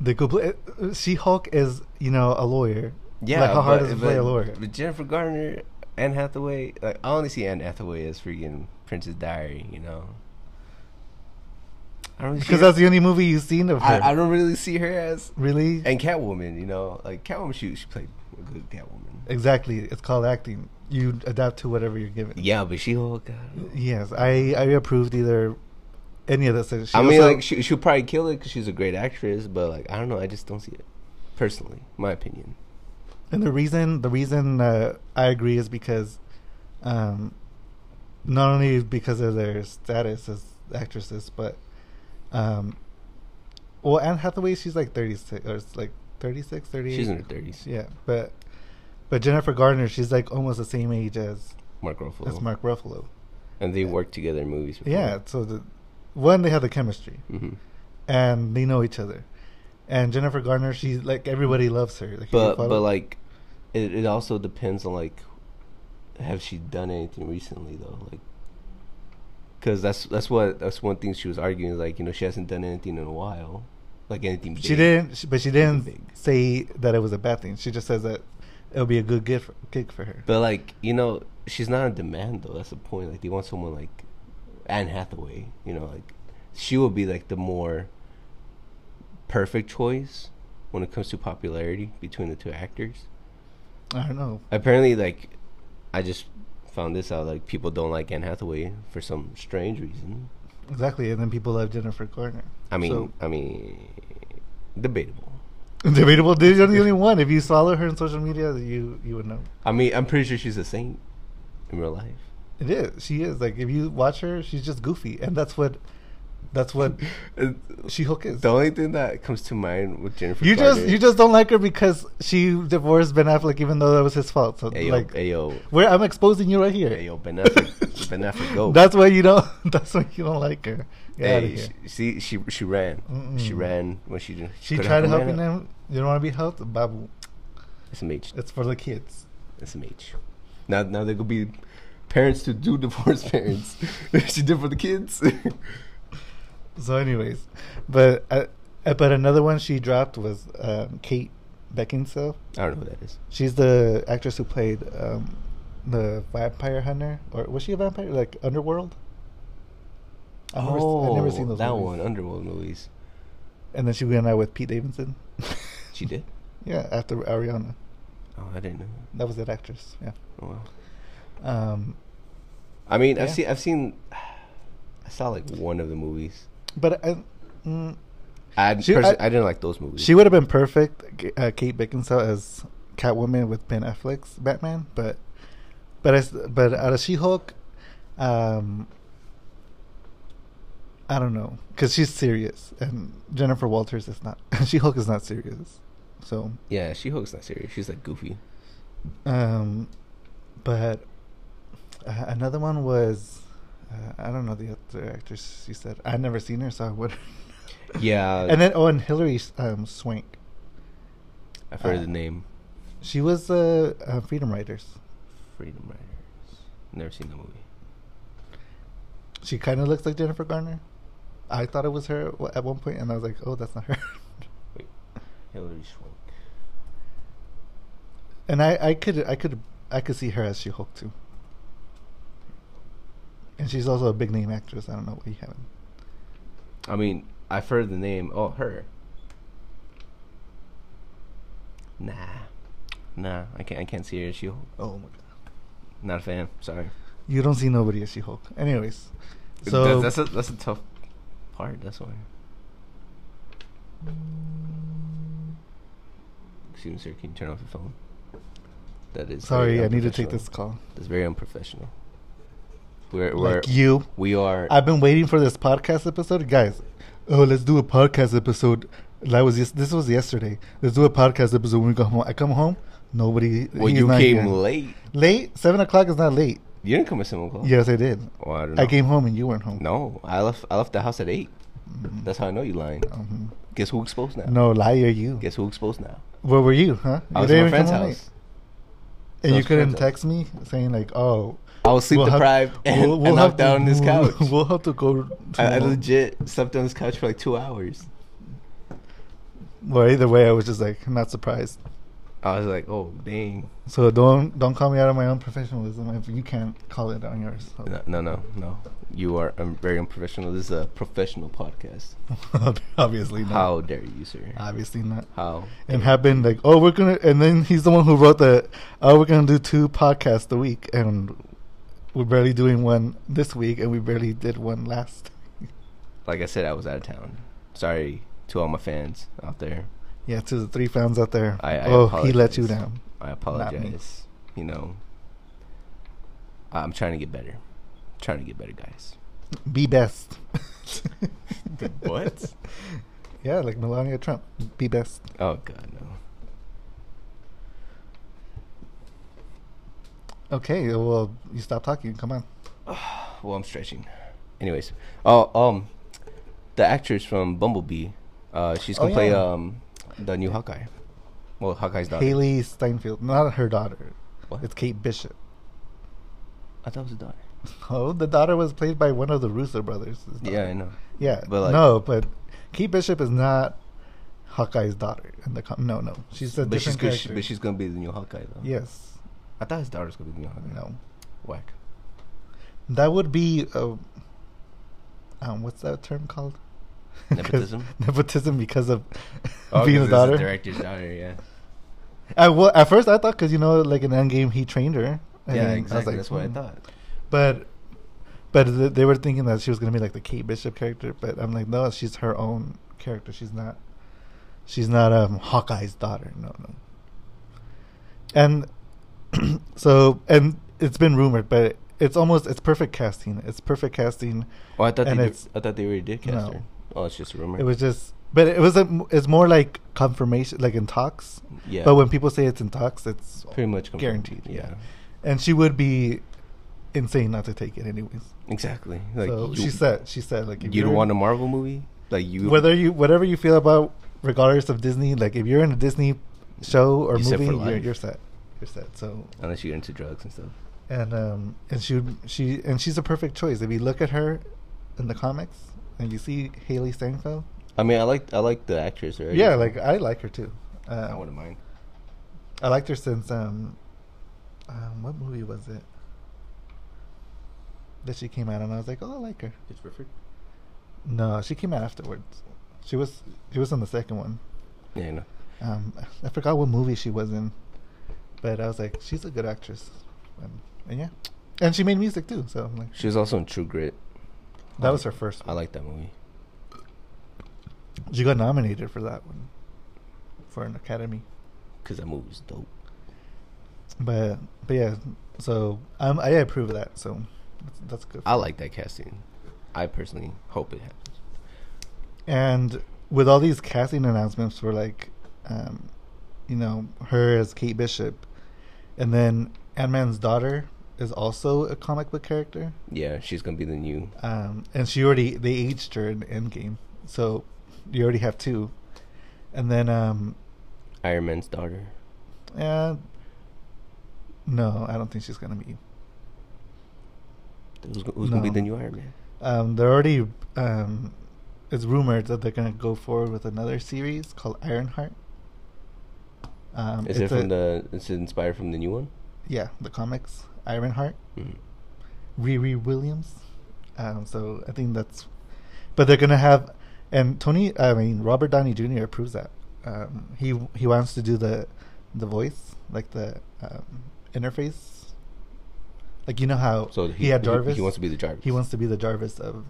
S2: the compl- uh, She Hulk is you know a lawyer.
S1: Yeah,
S2: like how hard
S1: but-
S2: is it to play a
S1: but-
S2: lawyer?
S1: But Jennifer Garner, Anne Hathaway. Like I only see Anne Hathaway as freaking Princess Diary. You know. I don't really see
S2: Because
S1: her-
S2: that's the only movie you've seen of her.
S1: I, I don't really see her as
S2: really?
S1: and Catwoman. You know, like Catwoman. She she played a good Catwoman.
S2: Exactly. It's called acting. You adapt to whatever you're given.
S1: Yeah, but she Hulk. I don't know.
S2: Yes, I I approved either any of this.
S1: I mean, like she she'll probably kill it because she's a great actress. But like I don't know. I just don't see it personally. My opinion.
S2: and the reason the reason uh, I agree is because, um, not only because of their status as actresses, but, um, well, Anne Hathaway she's like thirty six or it's like 36, 38.
S1: She's in her thirties.
S2: yeah, but but Jennifer Gardner she's like almost the same age as
S1: Mark Ruffalo.
S2: as Mark Ruffalo.
S1: And they worked together in movies. Before.
S2: Yeah, so the one they have the chemistry.
S1: hmm
S2: and they know each other. And Jennifer Garner, she's like everybody loves her. Like, if you
S1: But
S2: follow-
S1: but like, it it also depends on like, have she done anything recently though? Like, because that's that's what that's one thing she was arguing. Like you know, she hasn't done anything in a while, like anything.
S2: She
S1: big.
S2: didn't, she- but she didn't
S1: Big.
S2: say that it was a bad thing. She just says that it'll be a good gig for, gig for her.
S1: But like you know, she's not on demand though. That's the point. Like they want someone like Anne Hathaway. You know, like she would be like the more perfect choice when it comes to popularity between the two actors.
S2: I don't know.
S1: Apparently, like I just found this out. Like people don't like Anne Hathaway for some strange reason.
S2: Exactly. And then people love Jennifer Garner.
S1: I mean,
S2: So-
S1: I mean, debatable.
S2: Debatable. Dude, You're the only one. If you follow her on social media, you you would know.
S1: I mean, I'm pretty sure she's a saint in real life.
S2: It is. She is. Like if you watch her, she's just goofy, and that's what that's what She Hulk is.
S1: The only thing that comes to mind with Jennifer.
S2: you just
S1: Garner-
S2: you just don't like her because she divorced Ben Affleck, even though that was his fault. So
S1: Ayo,
S2: like,
S1: ayo,
S2: where I'm exposing you right here.
S1: ayo, Ben Affleck, Ben Affleck, go.
S2: That's why you don't. That's why you don't like her. Get outta
S1: hey,
S2: here.
S1: she, see, she she ran, she
S2: Mm-mm.
S1: ran when she didn't.
S2: She
S1: couldn't
S2: tried
S1: help
S2: helping
S1: man out.
S2: him. You don't want to be helped, Babu.
S1: SMH,
S2: It's for the kids.
S1: SMH. Now now they could be parents to do divorced parents. she did for the kids.
S2: So, anyways, but uh, uh, but another one she dropped was um, Kate Beckinsale.
S1: I don't know who that is.
S2: She's the actress who played um, the vampire hunter, or was she a vampire? Like Underworld. I've never, s- I've never seen those.
S1: Oh, that
S2: movies.
S1: one, Underworld movies.
S2: And then she went out with Pete Davidson.
S1: She did.
S2: yeah, after Ariana,
S1: Oh, I didn't know.
S2: that was that actress. Yeah.
S1: Oh, wow.
S2: Um,
S1: I mean, I've
S2: Yeah.
S1: seen, I've seen, I saw like one of the movies.
S2: but I, mm,
S1: I,
S2: She-
S1: perso-
S2: I-
S1: I didn't like those movies.
S2: She would have been perfect, K- uh, Kate Beckinsale as Catwoman with Ben Affleck's Batman, but but as but out of She Hulk, um, I don't know because she's serious and Jennifer Walters is not. she Hulk is not serious, so
S1: yeah, She Hulk's not serious. She's like goofy.
S2: um, but uh, another one was. Uh, I don't know the other actress. She said I've never seen her, so I would.
S1: Yeah,
S2: and then oh, and Hilary um, Swank.
S1: I've heard
S2: uh,
S1: the name
S2: She was uh, uh, Freedom Riders.
S1: Freedom Riders. Never seen the movie.
S2: She kind of looks like Jennifer Garner. I thought it was her w- at one point, and I was like, "Oh, that's not her."
S1: Wait, Hillary Swank.
S2: And I, I could, I could, I could see her as She Hulk too. And she's also a big name actress. I don't know why you haven't.
S1: I mean, I've heard the name. Oh, her. Nah, nah, I can't. I can't see her as She Hulk.
S2: Oh my god,
S1: Not a fan. Sorry.
S2: you don't see nobody as She Hulk. Anyways, so
S1: So that's, that's a that's a tough part. That's why. Excuse me, sir. Can you turn off your phone? That is.
S2: sorry,
S1: very
S2: I need to take
S1: unprofessional.
S2: this call.
S1: That's very unprofessional. We're we're
S2: Like you,
S1: we are.
S2: I've been waiting for this podcast episode, guys. Oh, let's do a podcast episode. That was yes, this was yesterday. Let's do a podcast episode when we go home. I come home, nobody.
S1: well,
S2: he's
S1: you
S2: not
S1: came
S2: here.
S1: late.
S2: Late seven o'clock is not late.
S1: You didn't come at seven o'clock.
S2: Yes, I did.
S1: Oh, I don't know.
S2: I came home and you weren't home.
S1: No, I left. I left the house at eight. That's how I know you lying.
S2: Mhm.
S1: Guess who exposed now?
S2: Mm-hmm. No liar, you.
S1: Guess who exposed now?
S2: Where were you, huh?
S1: I
S2: you
S1: was at my friend's
S2: come home
S1: house.
S2: late. and
S1: I
S2: you
S1: was at my
S2: couldn't
S1: friend's
S2: text me saying like, "Oh,
S1: I was sleep
S2: we'll have-
S1: deprived and
S2: we'll- we'll
S1: I
S2: have
S1: knocked out on this couch.
S2: We'll, we'll have to go.
S1: I, I
S2: tomorrow."
S1: legit slept on this couch for like two hours.
S2: Well, either way, I was just like not surprised.
S1: I was like, oh dang.
S2: So don't don't call me out on my own professionalism if you can't call it on yours. So.
S1: No, no, no, no. You are um, very unprofessional. This is a professional podcast.
S2: Obviously not.
S1: How dare you, sir?
S2: Obviously not.
S1: How?
S2: and happened like oh we're gonna and then he's the one who wrote the oh we're gonna do two podcasts a week and we're barely doing one this week and we barely did one last
S1: Like I said, I was out of town. Sorry to all my fans out there.
S2: yeah to the three fans out there
S1: I- I
S2: oh he let you
S1: apologize.
S2: down
S1: I
S2: me.
S1: apologize. You know, I'm trying to get better. trying to get better, guys.
S2: be best
S1: what?
S2: yeah like melania trump be best
S1: Oh God, no.
S2: okay well you stop talking come on
S1: Well, I'm stretching. Anyways, oh um, the actress from Bumblebee, uh, she's
S2: Oh,
S1: gonna play
S2: yeah.
S1: um the new Hawkeye. Well, Hawkeye's daughter.
S2: haley steinfeld not her daughter
S1: What?
S2: it's kate bishop
S1: I thought it was a daughter.
S2: Oh, the daughter was played by one of the Russo brothers. his
S1: Yeah, I
S2: daughter.
S1: know.
S2: yeah.
S1: But, like-
S2: no, but Kate Bishop is not Hawkeye's daughter in the com- No, no, she's a
S1: But she's,
S2: different
S1: good,
S2: character.
S1: she, but she's gonna be the new Hawkeye though.
S2: yes,
S1: I thought his daughter's gonna be the new Hawkeye.
S2: no,
S1: Whack.
S2: that would be uh um, what's that term called? 'Cause-
S1: Nepotism?
S2: nepotism because of
S1: Oh,
S2: being
S1: 'cause
S2: a
S1: it's
S2: daughter.
S1: director's daughter, yeah.
S2: I, well, at first I thought because you know, like in Endgame, he trained her. and
S1: yeah,
S2: I was
S1: exactly.
S2: like,
S1: That's what I
S2: hmm.
S1: thought.
S2: But, but th- they were thinking that she was gonna be like the Kate Bishop character. But I'm like, no, she's her own character. She's not. She's not um Hawkeye's daughter. No, no. And so, and it's been rumored, but it's almost it's perfect casting. It's perfect casting.
S1: Oh, I thought
S2: And
S1: they did,
S2: it's-
S1: I thought they already did cast
S2: no.
S1: her. Oh, it's just a rumor.
S2: It was just, but it was a, it's more like confirmation, like in talks.
S1: yeah.
S2: But when people say it's in talks, it's
S1: pretty much confirmed.
S2: guaranteed.
S1: Yeah.
S2: and she would be insane not to take it anyways.
S1: Exactly. Like
S2: so
S1: you,
S2: she said, she said, like if
S1: you don't
S2: you're-
S1: want a Marvel movie, like you
S2: whether you whatever you feel about regardless of Disney, like if you're in a Disney show or
S1: You're set
S2: movie,
S1: for
S2: you're,
S1: life.
S2: you're set, you're set. So
S1: unless you're into drugs and stuff.
S2: and um and she would she and she's a perfect choice. If you look at her in the comics and you see Haley Steinfeld,
S1: I mean, I like I like the actress already.
S2: yeah,
S1: so
S2: like uh, I like her too.
S1: I
S2: Um,
S1: wouldn't mind.
S2: I liked her since um, um what movie was it that she came out and I was like, oh, I like her.
S1: It's perfect.
S2: No, she came out afterwards. She was she was on the second one.
S1: Yeah, you know.
S2: Um, I forgot what movie she was in, but I was like, she's a good actress, um, and yeah, and she made music too. So I'm like,
S1: She was also in True Grit.
S2: that was her first.
S1: I
S2: One.
S1: like that movie.
S2: She got nominated for that one, for an Academy.
S1: Cause that movie was dope.
S2: But but yeah, so um, I approve of that. So that's, that's good.
S1: I like that casting. I personally hope it happens.
S2: And with all these casting announcements for like, um, you know, her as Kate Bishop, and then Ant Man's daughter is also a comic book character.
S1: Yeah, she's gonna be the new.
S2: Um, and she already they aged her in Endgame, so you already have two. And then, um,
S1: Iron Man's daughter.
S2: eh, no, I don't think she's gonna be.
S1: Who's, go- who's gonna be
S2: No.
S1: the new Iron Man?
S2: Um, they're already. Um, it's rumored that they're gonna go forward with another series called Ironheart. Um,
S1: Is it
S2: it's
S1: from
S2: a-
S1: the? Is it inspired from the new one?
S2: yeah the comics Ironheart?
S1: Mm.
S2: Riri Williams. Um, so I think that's, but they're gonna have, and Tony, I mean Robert Downey Jr. approves that. Um, he he wants to do the, the voice like the um, interface. Like you know how
S1: So
S2: he, had Jarvis.
S1: He, wants to be the Jarvis.
S2: He wants to be the Jarvis of. um,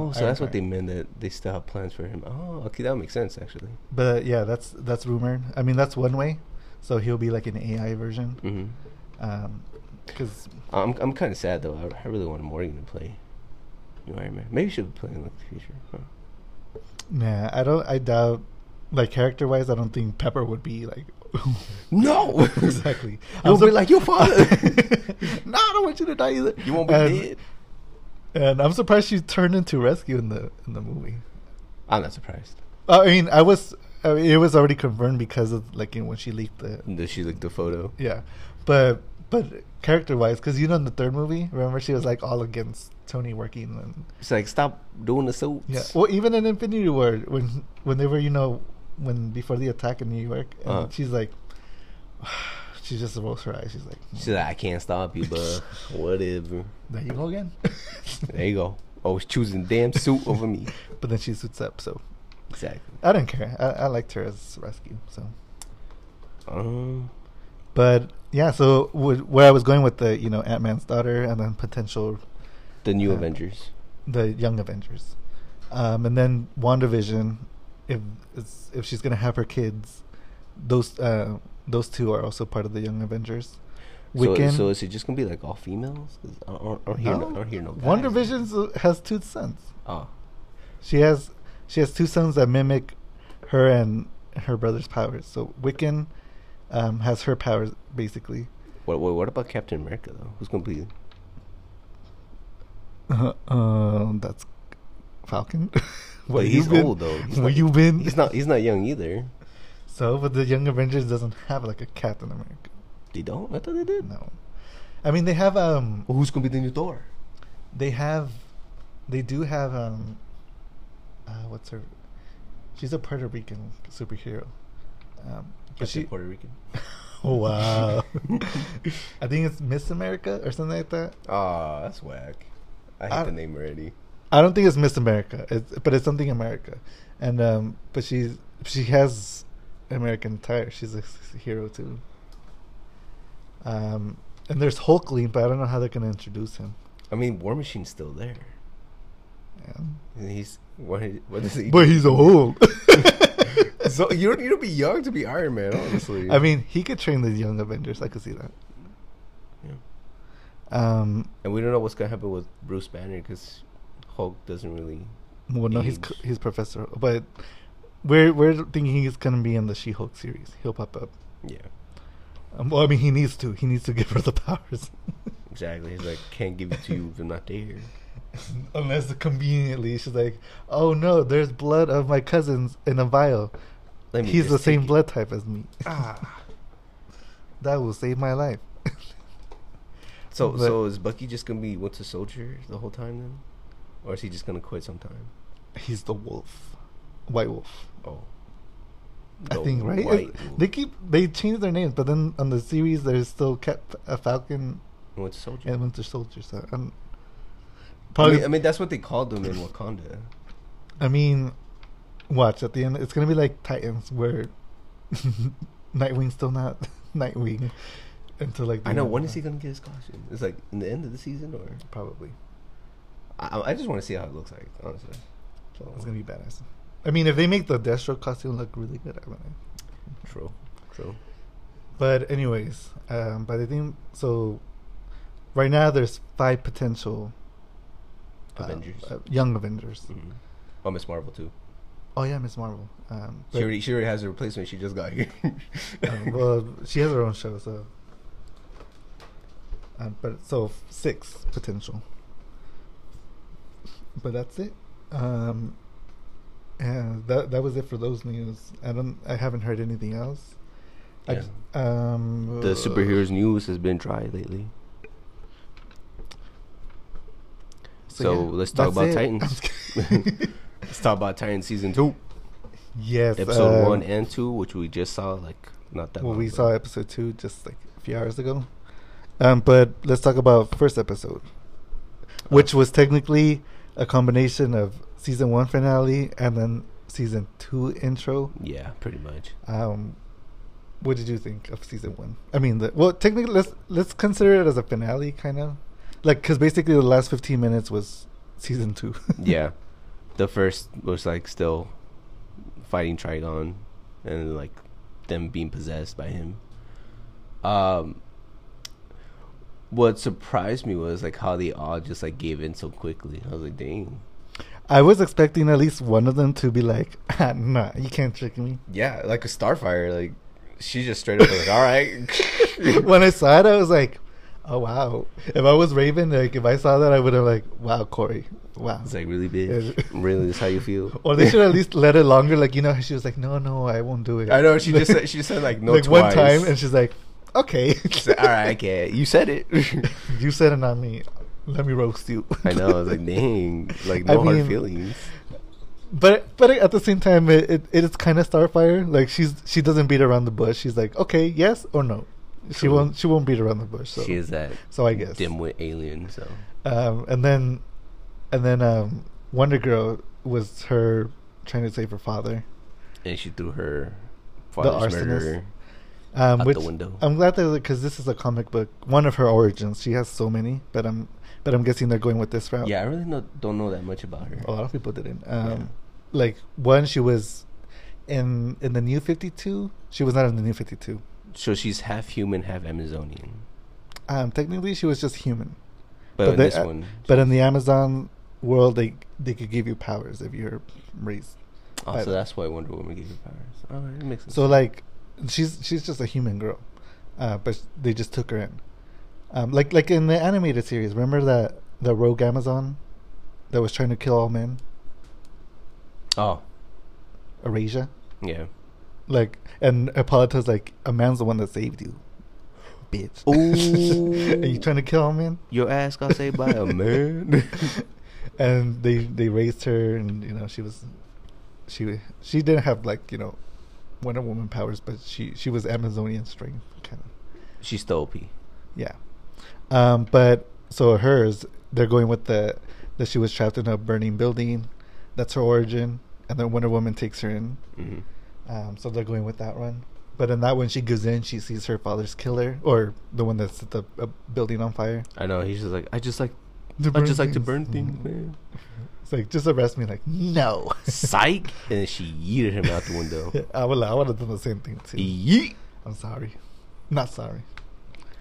S1: oh, so that's what they
S2: Ironheart.
S1: meant that they still have plans for him. Oh, okay, that makes sense actually.
S2: But yeah, that's that's rumored. I mean, that's one way. So he'll be like an AI version.
S1: hmm
S2: Um, because
S1: I'm I'm kind of sad though. I, I really wanted Morgan to play new Iron Man. Maybe she'll be playing like the future. Huh?
S2: nah, I don't. I doubt. Like character wise, I don't think Pepper would be like.
S1: No,
S2: exactly.
S1: You'll
S2: I'm so-
S1: be like your father.
S2: no, I don't want you to die either.
S1: you won't be
S2: and,
S1: dead.
S2: And I'm surprised she turned into rescue in the in the movie.
S1: I'm not surprised.
S2: I mean, I was. I mean, it was already confirmed because of like in- when she leaked the
S1: Does she like the photo?
S2: yeah, but but character wise, because you know in the third movie, remember she was like all against Tony working and
S1: It's like stop doing the suits.
S2: yeah. Well, even in Infinity War, when when they were you know when before the attack in New York, and
S1: Uh-huh.
S2: she's like, she just rolls her eyes. She's like,
S1: She's like, I can't stop you, but whatever.
S2: there you go again.
S1: There you go. Always choosing damn suit over me.
S2: But then she suits up, so
S1: Exactly.
S2: I don't care. I, I liked her as rescue. So,
S1: Um,
S2: but yeah. So wh- where I was going with the you know Ant Man's daughter and then potential
S1: the new
S2: Uh,
S1: Avengers.
S2: the Young Avengers, um, and then Wandavision. If it's, if she's gonna have her kids, those uh, those two are also part of the Young Avengers.
S1: So,
S2: Wiccan.
S1: so is it just gonna be like all females? 'Cause I don't, I don't hear no, I don't hear no. Guys.
S2: WandaVision has two sons.
S1: Oh,
S2: She has she has two sons that mimic her and her brother's powers. So Wiccan um, has her powers basically.
S1: what, what what about Captain America though? Who's gonna be?
S2: Uh, um, that's Falcon.
S1: But
S2: you
S1: he's
S2: been?
S1: old though. He's
S2: Where
S1: not-
S2: you been?
S1: He's not. He's not young either.
S2: So, but the Young Avengers doesn't have like a Captain America.
S1: They don't. I thought they did.
S2: No, I mean, they have um,
S1: Well, who's gonna be the new Thor?
S2: they have, they do have um, uh, what's her? She's a Puerto Rican superhero. Um, but
S1: Captain
S2: she,
S1: Puerto Rican.
S2: oh wow, I think it's Miss America or something like that.
S1: Ah, that's whack. I hate
S2: I-
S1: the name already.
S2: I don't think it's Miss America, it's, but it's something America, and um, but she's she has American attire. She's a s- hero too. Um, and there's Hulkling, but I don't know how they're gonna introduce him.
S1: I mean, War Machine's still there.
S2: Yeah.
S1: And he's what? What does he?
S2: But
S1: do?
S2: he's a Hulk.
S1: So you don't need to be young to be Iron Man, honestly.
S2: I mean, he could train the young Avengers. I could see that.
S1: Yeah.
S2: Um,
S1: and we don't know what's gonna happen with Bruce Banner because Hulk doesn't really.
S2: well, no, he's
S1: Age.
S2: c- he's Professor, but we're we're thinking he's gonna be in the She-Hulk series. He'll pop up.
S1: Yeah,
S2: Um, well, I mean, he needs to. He needs to give her the powers.
S1: exactly. He's like, can't give it to you if I'm not there.
S2: Unless conveniently she's like, oh no, there's blood of my cousins in a vial.
S1: Let me
S2: He's
S1: just
S2: the
S1: take
S2: same
S1: it."
S2: blood type as me. Ah, that will save my life.
S1: So,
S2: but-
S1: so is Bucky just gonna be Winter Soldier the whole time then, or is he just gonna quit sometime?
S2: He's the wolf, white wolf.
S1: Oh,
S2: I think right.
S1: White
S2: It's-
S1: Wolf.
S2: They keep they change their names, but then on the series there's still Cap, uh, Falcon
S1: Winter Soldier.
S2: and Winter Soldier. So I'm,
S1: I,
S2: probably,
S1: mean, I mean, that's what they called him in Wakanda.
S2: I mean, watch at the end. It's gonna be like Titans, where Nightwing's still not Nightwing until like. the
S1: I know.
S2: end of
S1: When
S2: the-
S1: is he gonna get his costume? It's like in the end of the season, or
S2: Probably.
S1: I, I just want to see how it looks like, honestly. So,
S2: It's gonna be badass. I mean, if they make the Deathstroke costume look really good, I mean.
S1: true, true.
S2: But anyways, um, but I think so. Right now, there's five potential uh,
S1: Avengers.
S2: uh, young Avengers.
S1: Mhm. Oh, Miss Marvel too.
S2: Oh yeah, Miss Marvel. Um,
S1: She already, she already has a replacement. She just got here.
S2: um, well, she has her own show, so. Um, but so f- six potential. But that's it. Um, and that that was it for those news. I don't. I haven't heard anything else. I
S1: Yeah.
S2: j- um,
S1: the superheroes news has been dry lately. So,
S2: yeah,
S1: let's talk about
S2: that's it.
S1: Titans. let's talk about Titan season two,
S2: Yes,
S1: episode
S2: um,
S1: one and two, which we just saw like not that.
S2: Well,
S1: long
S2: we
S1: ago.
S2: saw episode two just like a few hours ago. Um, but let's talk about first episode, which
S1: Oh.
S2: was technically a combination of season one finale and then season two intro.
S1: Yeah, pretty much.
S2: Um, what did you think of season one? I mean, the, well, technically, let's let's consider it as a finale, kind of, like because basically the last fifteen minutes was season two.
S1: yeah, the first was like still fighting Trigon and like them being possessed by him. Um, what surprised me was like how they all just like gave in so quickly. I was like, dang.
S2: I was expecting at least one of them to be like, ah, "Nah, you can't trick me."
S1: Yeah, like a Starfire, like she just straight up like, all right.
S2: when I saw it, I was like, "Oh wow!" If I was Raven, like if I saw that, I would have like, "Wow, Corey, wow."
S1: It's like really bitch. really, that's how you feel.
S2: Or they should at least let it longer. Like you know, she was like, "No, no, I won't do it."
S1: I know she just said she said like no
S2: like one
S1: twice.
S2: time, and she's like, "Okay,
S1: She's like, all right, okay, you said it.
S2: you said it, not me. Let me roast you."
S1: I know. I was like, dang, like
S2: I
S1: no hard
S2: mean-
S1: feelings.
S2: but but at the same time, it, it it is kind of Starfire. Like she's she doesn't beat around the bush. She's like, "Okay, yes or no." She
S1: True.
S2: won't. She won't beat around the bush. So
S1: she is that
S2: so I guess.
S1: dimwit alien. So
S2: um, and then and then um, Wonder Girl was her trying to save her father,
S1: and she threw her father's
S2: arsonist.
S1: murderer
S2: um,
S1: out
S2: which
S1: the window.
S2: I'm glad that because this is a comic book, one of her origins. She has so many, but I'm but I'm guessing they're going with this route.
S1: yeah, I really no, don't know that much about her.
S2: a lot of people didn't. Um,
S1: Yeah.
S2: Like one, she was in in the New Fifty Two. She was not in the New Fifty Two.
S1: So she's half human, half Amazonian.
S2: Um, technically, she was just human,
S1: But,
S2: But
S1: in
S2: they-
S1: this
S2: uh,
S1: one,
S2: but in the Amazon world, they they could give you powers if you're raised.
S1: oh,
S2: I-
S1: so that's why Wonder Woman gave her powers. All right, it makes sense.
S2: So like, she's she's just a human girl, uh, but they just took her in, um, like like in the animated series. Remember that the rogue Amazon that was trying to kill all men,
S1: oh
S2: Erasia.
S1: yeah,
S2: Like, and Hippolyta's like, a man's the one that saved you. bitch.
S1: Ooh.
S2: Are you trying to kill him, man?
S1: Your ass got saved by a man.
S2: and they they raised her, and you know she was, she she didn't have like you know, Wonder Woman powers, but she she was Amazonian strength kind of.
S1: She's still OP.
S2: Yeah. Um, but so hers, they're going with the that she was trapped in a burning building. That's her origin, and then Wonder Woman takes her in.
S1: Mm-hmm.
S2: Um, so they're going with that one. But in that one, she goes in. She sees her father's killer, or the one that set the uh, building on fire.
S1: I know. He's just like, I just like,
S2: To
S1: I
S2: burn
S1: just like to
S2: things."
S1: burn things,
S2: Mm.
S1: man.
S2: It's like just arrest me. Like no,
S1: Psych. And then she yeeted him out the window. E
S2: I would. I would have done the same thing too.
S1: Yeet.
S2: I'm sorry, not sorry.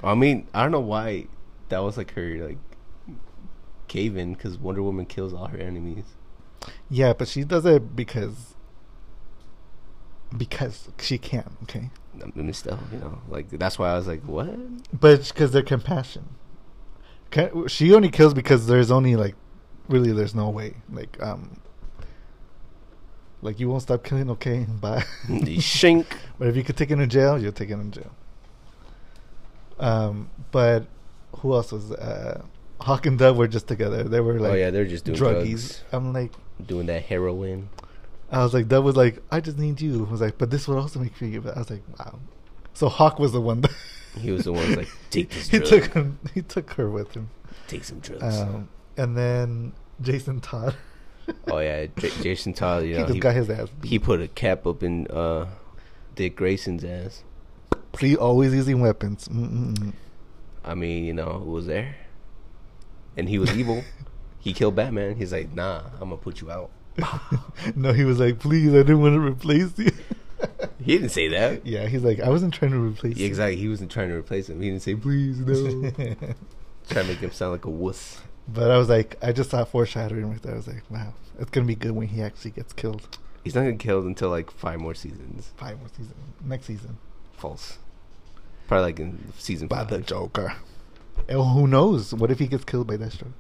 S1: I mean, I don't know why that was like her like cave in because Wonder Woman kills all her enemies.
S2: Yeah, but she does it because because she can. Okay,
S1: I mean, still, you know, like that's why I was like, what?
S2: but because they're compassion. Ca- She only kills because there's only like, really, there's no way. Like um, like you won't stop killing. Okay, bye.
S1: Shink.
S2: But if you could take him to jail, you're taking him to jail. Um, but who else was uh, Hawk and Dove were just together. They were like
S1: oh yeah, they're just doing
S2: druggies.
S1: drugs,
S2: I'm like,
S1: doing that heroin.
S2: I was like, Dove was like, I just need you. I was like, but this would also make for you. But I was like, wow. So Hawk was the one. That
S1: He was the one that's like, take this
S2: he
S1: drug,
S2: took him. He took her with him.
S1: take some drugs.
S2: Um, and then Jason Todd.
S1: oh yeah, J- Jason Todd. You
S2: he
S1: know,
S2: just
S1: he,
S2: got his ass.
S1: he put a cap up in uh, Dick Grayson's ass.
S2: See, always using weapons. Mm-mm-mm.
S1: I mean, you know, it was there, and he was evil. he killed Batman. He's like, nah, I'm gonna put you out.
S2: no, he was like, please, I didn't want to replace you.
S1: He didn't say that.
S2: yeah, he's like, I wasn't trying to replace
S1: Yeah,
S2: you.
S1: exactly. He wasn't trying to replace him. He didn't say please no. trying to make him sound like a wuss.
S2: but I was like, I just saw foreshadowing right there. I was like, wow, it's gonna be good when he actually gets killed.
S1: He's not gonna kill until like five more seasons.
S2: Five more season, next season
S1: False. Probably like in season
S2: by
S1: five.
S2: the Joker. Oh, who knows? What if he gets killed by Deathstroke?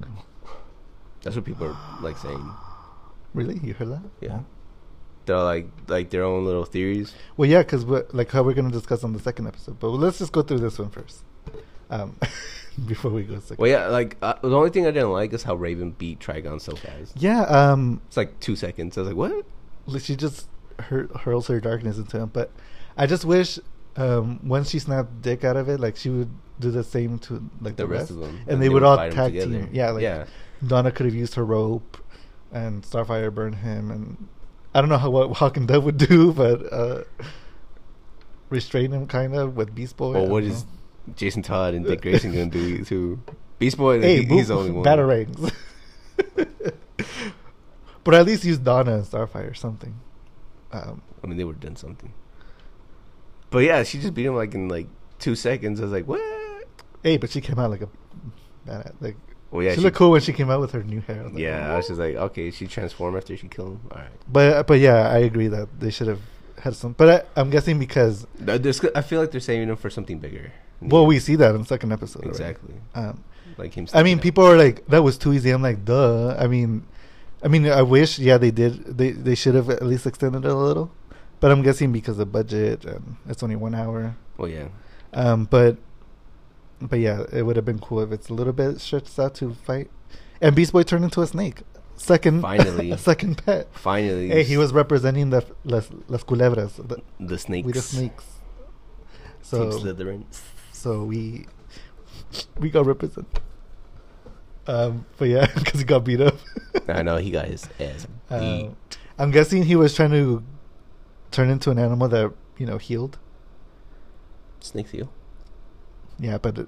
S1: That's what people are like saying.
S2: Really? You heard that?
S1: Yeah. They're like like their own little theories.
S2: Well, yeah, because like how we're gonna discuss on the second episode, but let's just go through this one first, um, before we go second.
S1: Well, yeah. Like uh, the only thing I didn't like is how Raven beat Trigon so fast.
S2: Yeah. Um.
S1: It's like two seconds. I was like, what?
S2: like, she just hur- hurls her darkness into him. But I just wish um, once she snapped Dick out of it, like she would do the same to like
S1: The, rest of them.
S2: and, they, would all
S1: fight 'em
S2: tag team. Yeah, like
S1: yeah.
S2: Donna could have used her rope, and Starfire burned him, and I don't know how what Hawk and Dove would do, but uh, restrain him kind of with Beast Boy.
S1: Well,
S2: I
S1: what
S2: don't
S1: is
S2: know.
S1: Jason Todd and Dick Grayson gonna do to Beast Boy?
S2: hey,
S1: he- he's the
S2: boop,
S1: only one.
S2: batarangs. but at least use Donna and Starfire or something. Um,
S1: I mean, they would have done something. But yeah, she just beat him like in like two seconds. I was like, what?
S2: hey, but she came out like a badass. Like
S1: Well, yeah,
S2: she, looked cool when she came out with her new hair. I was like,
S1: Yeah, I
S2: "Whoa."
S1: was just like, okay, she transformed after she killed him. All right.
S2: But but yeah, I agree that they should have had some. But I, I'm guessing because
S1: No, there's- I feel like they're saving him for something bigger.
S2: well, we see that in the second episode. already.
S1: exactly
S2: Um,
S1: like him.
S2: I
S1: sticking
S2: mean,
S1: out.
S2: people are like, "That was too easy." I'm like, "Duh." I mean, I mean, I wish. Yeah, they did. They they should have at least extended it a little. But I'm guessing because of budget and it's only one hour.
S1: Well, yeah,
S2: Um, but but yeah, it would have been cool if it's a little bit stretched out to fight. And Beast Boy turned into a snake. Second,
S1: Finally.
S2: second pet.
S1: finally.
S2: Hey, he was representing the las, las culebras. The,
S1: the snakes.
S2: we the snakes.
S1: Team
S2: So
S1: Slytherin.
S2: so we we got represented. Um, but yeah, because he got beat up.
S1: I know he got his ass beat.
S2: Um, I'm guessing he was trying to turn into an animal that you know healed.
S1: Snake seal,
S2: Yeah, but it,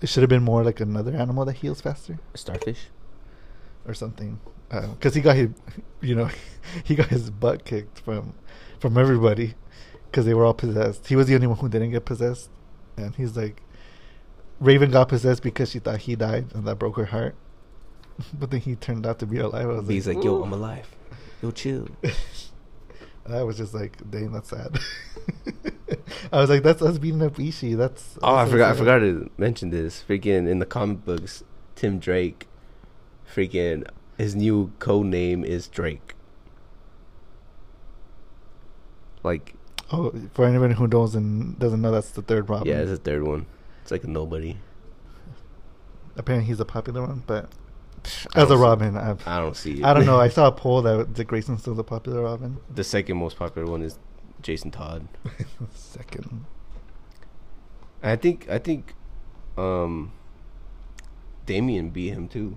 S2: it should have been more like another animal that heals faster
S1: starfish.
S2: or something. Because he got his, you know, he got his butt kicked from from everybody because they were all possessed. He was the only one who didn't get possessed, and he's like, Raven got possessed because she thought he died, and that broke her heart. But then he turned out to be alive. I was
S1: He's like, yo,
S2: "Ooh."
S1: I'm alive. Yo, chill.
S2: And I was just like, dang, that's sad. I was like, that's us beating up Ishi. That's
S1: Oh, I
S2: that's
S1: forgot. I
S2: sad.
S1: forgot to mention this. Freaking in the comic books, Tim Drake, freaking his new code name is Drake. Like,
S2: Oh, for anyone who knows and doesn't know, that's the third Robin.
S1: yeah, it's the third one. It's like a nobody.
S2: Apparently, he's a popular one, but
S1: I
S2: as
S1: don't
S2: a
S1: see-
S2: Robin, I've,
S1: I don't see it.
S2: I don't know. I saw a poll that Dick Grayson's still the popular Robin.
S1: the second most popular one is Jason Todd.
S2: Second,
S1: And I think I think um Damien beat him too.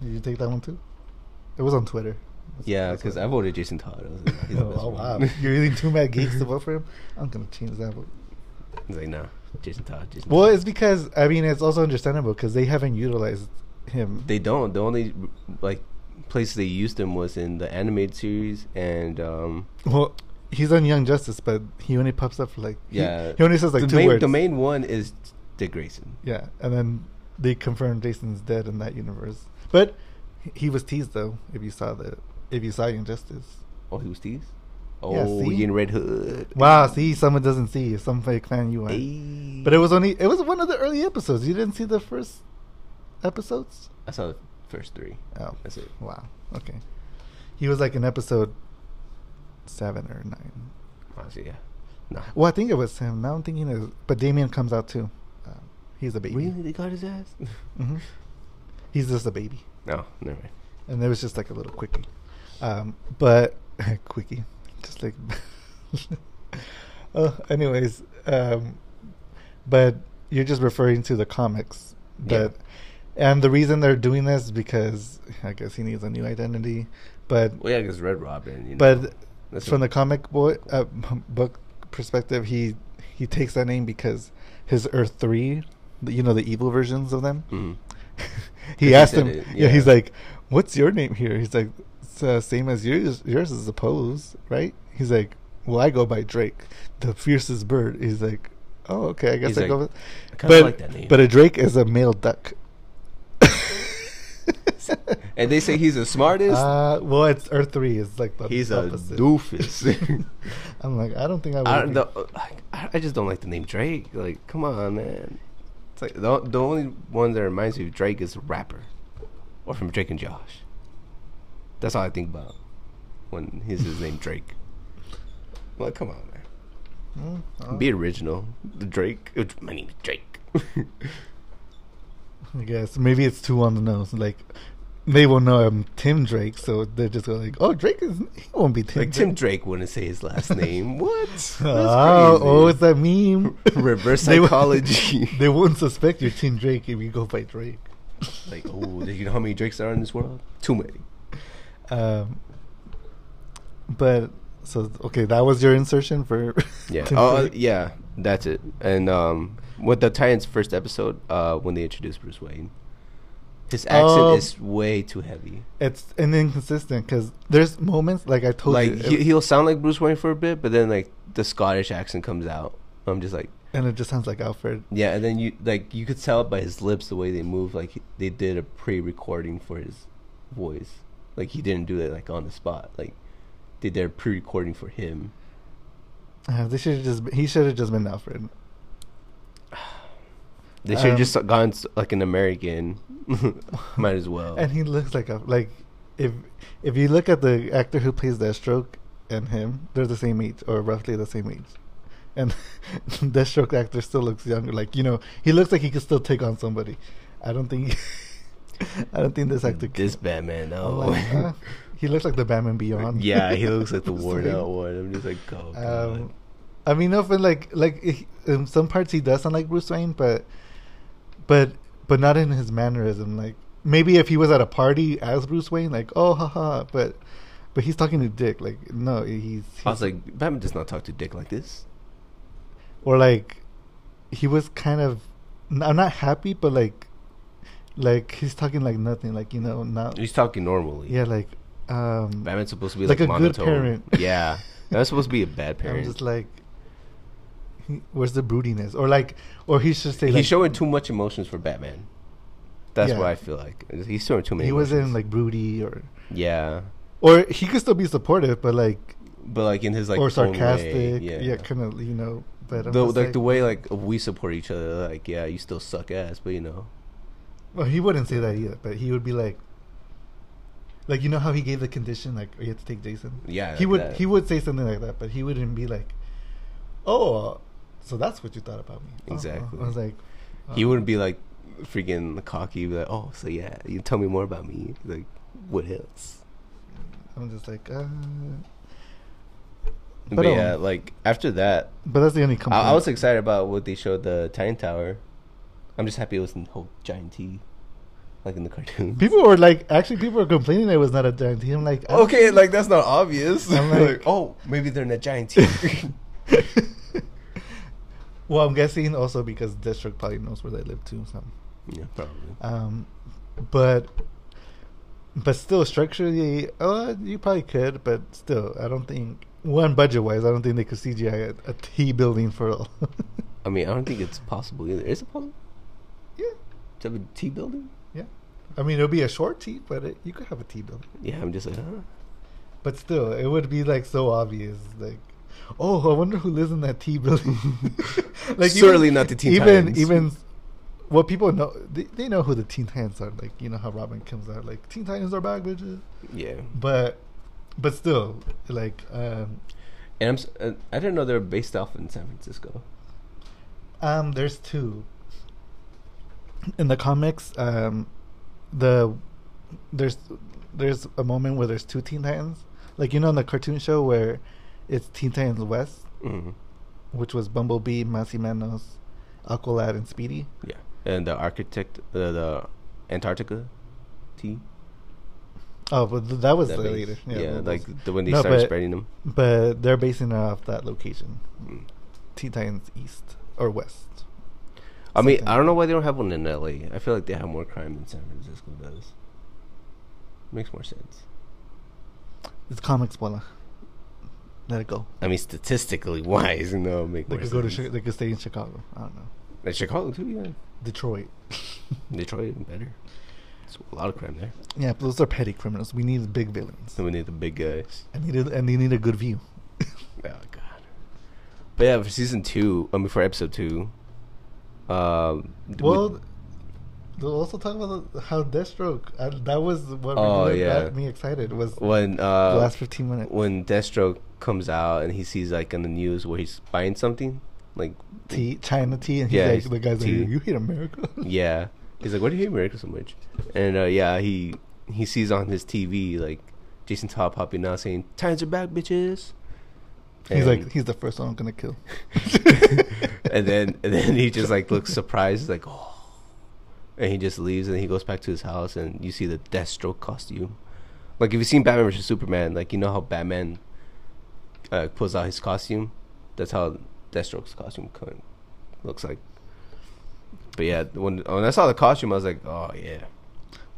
S2: did you take that one too? It was on Twitter. That's-
S1: Yeah,
S2: that's
S1: because
S2: what-
S1: I voted Jason Todd. I was like, nah, he's the
S2: Oh,
S1: best
S2: oh, wow!
S1: one.
S2: You're using two mad geeks to vote for him. I'm gonna change that. vote.
S1: He's like, nah, Jason Todd. Jason
S2: Well,
S1: Todd.
S2: it's because I mean it's also understandable because they haven't utilized him.
S1: They don't. The only like place they used him was in the animated series and um
S2: Well, he's on Young Justice, but he only pops up for like he-
S1: Yeah.
S2: He, only says like
S1: the
S2: two
S1: main
S2: words.
S1: the main one is Dick Grayson.
S2: Yeah, and then they confirmed Jason's dead in that universe. But he- he was teased though. If you saw the, if you saw Young Justice.
S1: Oh, he was teased.
S2: Yeah,
S1: Oh,
S2: see?
S1: he in Red Hood.
S2: Wow, see, someone doesn't see you. Some fake fan you are.
S1: Ayy.
S2: But it was only it was one of the early episodes. You didn't see the first episodes.
S1: I saw the first three.
S2: Oh,
S1: That's it.
S2: wow. Okay, he was like in episode seven or nine.
S1: Honestly, yeah. Nah.
S2: Well, I think it was him. Now I'm thinking of, but Damien comes out too. Um, he's a baby.
S1: Really? They got his ass?
S2: hmm He's just a baby,
S1: no, never mind.
S2: and it was just like a little quickie, um, but quickie, just like. oh, anyways, um, but you're just referring to the comics,
S1: Yeah.
S2: but and the reason they're doing this is because I guess he needs a new identity, but
S1: Well, yeah, because Red Robin. You know,
S2: but
S1: that's
S2: from
S1: a-
S2: the comic boy uh, b- book perspective, he he takes that name because his Earth Three, the- you know, the evil versions of them.
S1: Mhm.
S2: he
S1: he
S2: asked
S1: said
S2: him.
S1: it,
S2: yeah. he's
S1: yeah.
S2: like, "What's your name here?" He's like, "It's uh, same as yours. Yours is suppose, right?" He's like, "Well, I go by Drake, the fiercest bird." He's like, "Oh, okay, I guess
S1: He's
S2: I
S1: like,
S2: go." With,
S1: I kinda
S2: but
S1: like that name.
S2: but a Drake is a male duck.
S1: and they say he's the smartest.
S2: Uh, well, it's Earth Three is like the
S1: he's
S2: opposite.
S1: a doofus.
S2: I'm like, I don't think I would.
S1: I, don't
S2: be-
S1: know, like, I I just don't like the name Drake. Like, come on, man. It's like the, the only one that reminds me of Drake is a rapper, or from Drake and Josh. That's all I think about when he's his name Drake. I'm like, come on, man.
S2: Mm, uh,
S1: Be original. Drake. uh, My name is Drake.
S2: I guess maybe it's too on the nose. Like they will know I'm Tim Drake, so they're just going like, "Oh, Drake is he won't be Tim."
S1: like Tim Drake wouldn't say his last name. What? That's
S2: Oh,
S1: crazy.
S2: oh, it's that meme.
S1: reverse
S2: They won't-
S1: psychology.
S2: they won't suspect you're Tim Drake if you go by Drake.
S1: like, oh, do you know how many Drakes there are in this world? Too many.
S2: Um, but so okay, that was your insertion for
S1: Yeah.
S2: Tim
S1: Oh, uh,
S2: Drake.
S1: yeah. That's it. And um, with the Titans' first episode, uh, when they introduced Bruce Wayne, his accent
S2: Um,
S1: is way too heavy.
S2: It's an inconsistent because there's moments like I told
S1: Like
S2: you,
S1: he, he'll sound like Bruce Wayne for a bit, but then like the Scottish accent comes out. I'm just like,
S2: and it just sounds like Alfred.
S1: yeah. And then you like you could tell by his lips the way they move. Like he- they did a pre-recording for his voice. Like he didn't do it like on the spot. Like they did a pre-recording for him.
S2: Uh, they should have just he should have just been Alfred.
S1: They should have
S2: Um,
S1: just gone s- like an American. Might as well.
S2: And he looks like a like if if you look at the actor who plays Deathstroke and him, they're the same age or roughly the same age. And Deathstroke actor still looks younger. Like you know, he looks like he could still take on somebody. I don't think I don't think this actor.
S1: This
S2: can.
S1: Batman,
S2: I'm
S1: no.
S2: like, ah. he looks like the Batman Beyond.
S1: yeah, he looks like the
S2: It's
S1: worn
S2: like-
S1: out one. I'm just like, oh god.
S2: Um, I mean, often like like he- in some parts he does sound like Bruce Wayne, but but but not in his mannerism. Like maybe if he was at a party as Bruce Wayne, like oh haha, but but he's talking to Dick. Like no,
S1: I
S2: he's, he's-
S1: was like, Batman does not talk to Dick like this.
S2: or like he was kind of. n- I'm not happy, but like like he's talking like nothing. Like you know not
S1: He's talking normally.
S2: yeah like um.
S1: Batman's supposed to be
S2: Like
S1: like,
S2: a good
S1: monotone.
S2: parent.
S1: Yeah, that's supposed to be a bad
S2: I'm
S1: parent.
S2: just like. he- Where's the broodiness, or like, or he should say
S1: he's
S2: like
S1: showing too much emotions for Batman. That's
S2: Yeah.
S1: what I feel like. He's showing too many.
S2: he wasn't
S1: emotions.
S2: like broody or
S1: yeah,
S2: or he could still be supportive, but like,
S1: but like in his like
S2: or
S1: own
S2: sarcastic,
S1: way,
S2: yeah,
S1: Yeah,
S2: kind of you know. But I'm
S1: the,
S2: just
S1: like the way like we support each other. Like yeah, you still suck ass, but you know.
S2: well, he wouldn't say that either, but he would be like, like you know how he gave the condition like oh, you have to take Jason.
S1: Yeah,
S2: he
S1: like
S2: would
S1: that.
S2: he would say something like that, but he wouldn't be like, oh, So that's what you thought about me. Oh,
S1: Exactly.
S2: I was like,
S1: He
S2: oh.
S1: wouldn't be like freaking cocky, be like, oh, so yeah, you tell me more about me. Like, what else?
S2: I'm just like, uh,
S1: But,
S2: But, um,
S1: yeah, like after that,
S2: but that's the only complaint.
S1: I, I was excited about what they showed the Titan Tower. I'm just happy it wasn't the whole giant T, like in the cartoon.
S2: people were like, actually, people were complaining it was not a giant T. I'm like, I don't-
S1: Okay, like that's not obvious.
S2: I'm
S1: like,
S2: like-
S1: oh, maybe they're in a giant T.
S2: well, I'm guessing also because district probably knows where they live too. So,
S1: yeah, probably.
S2: um, but but still structurally, uh, you probably could, but still, I don't think one budget wise, I don't think they could CGI a, a T building for all.
S1: I mean, I don't think it's possible either. Is it possible
S2: yeah,
S1: to have a T building?
S2: yeah. I mean, it'll be a short T, but it, you could have a T building.
S1: Yeah, I'm just like, huh?
S2: But still, it would be like so obvious, like. Oh, I wonder who lives in that T building.
S1: Certainly not the Teen
S2: even,
S1: Titans.
S2: Even well, people know they, they know who the Teen Titans are. Like you know how Robin comes out like Teen Titans are back, bitches.
S1: yeah.
S2: But but still, like um,
S1: And I'm, s- uh, I didn't know they were based off in San Francisco.
S2: um, there's two in the comics. Um, the there's there's a moment where there's two Teen Titans, like you know in the cartoon show where it's Teen Titans West,
S1: Mm-hmm.
S2: which was Bumblebee, Massey Manos, Aqualad, and Speedy.
S1: Yeah, and the architect, uh, the Antarctica T.
S2: Oh, but th- that was
S1: that
S2: the
S1: base.
S2: later.
S1: Yeah,
S2: that was-
S1: like the, when they
S2: No,
S1: started
S2: but-
S1: spreading them.
S2: But they're basing it off that location,
S1: Mm.
S2: Teen Titans East or West.
S1: I mean,
S2: Something.
S1: I don't know why they don't have one in LA. I feel like they have more crime than San Francisco does. Makes more sense.
S2: It's comics, Bola. Let it go.
S1: I mean, statistically wise, you know, make
S2: They
S1: more
S2: could
S1: sense.
S2: go to. Chi- They could stay in Chicago. I don't know.
S1: And Chicago too, yeah.
S2: Detroit.
S1: Detroit even better. It's a lot of crime there.
S2: Yeah, but those are petty criminals. We need big villains.
S1: So we need the big guys.
S2: I need a, and they need a good view.
S1: Oh god. But yeah, for season two, I mean for episode two, um, d-
S2: Well,
S1: we-
S2: they'll also talk about the- how Deathstroke. I, that was what
S1: Oh,
S2: really
S1: yeah.
S2: got me excited. Was
S1: when
S2: the
S1: uh,
S2: last fifteen minutes.
S1: when Deathstroke comes out and he sees like in the news where he's buying something, like
S2: tea, China tea, and he's
S1: Yeah,
S2: like,
S1: he's
S2: the guy's
S1: tea.
S2: like, "You hate America."
S1: yeah, he's like, "Why do you hate America so much?" And uh, yeah, he he sees on his TV like Jason Todd popping out saying, "Times are back, bitches."
S2: He's
S1: And-
S2: like, he's the first one I'm gonna kill.
S1: and then and then he just like looks surprised, like oh, and he just leaves and he goes back to his house and you see the Deathstroke costume. Like if you've seen Batman versus Superman, like you know how Batman uh, pulls out his costume, that's how Deathstroke's costume co- looks like. But yeah, when when I saw the costume, I was like, oh yeah,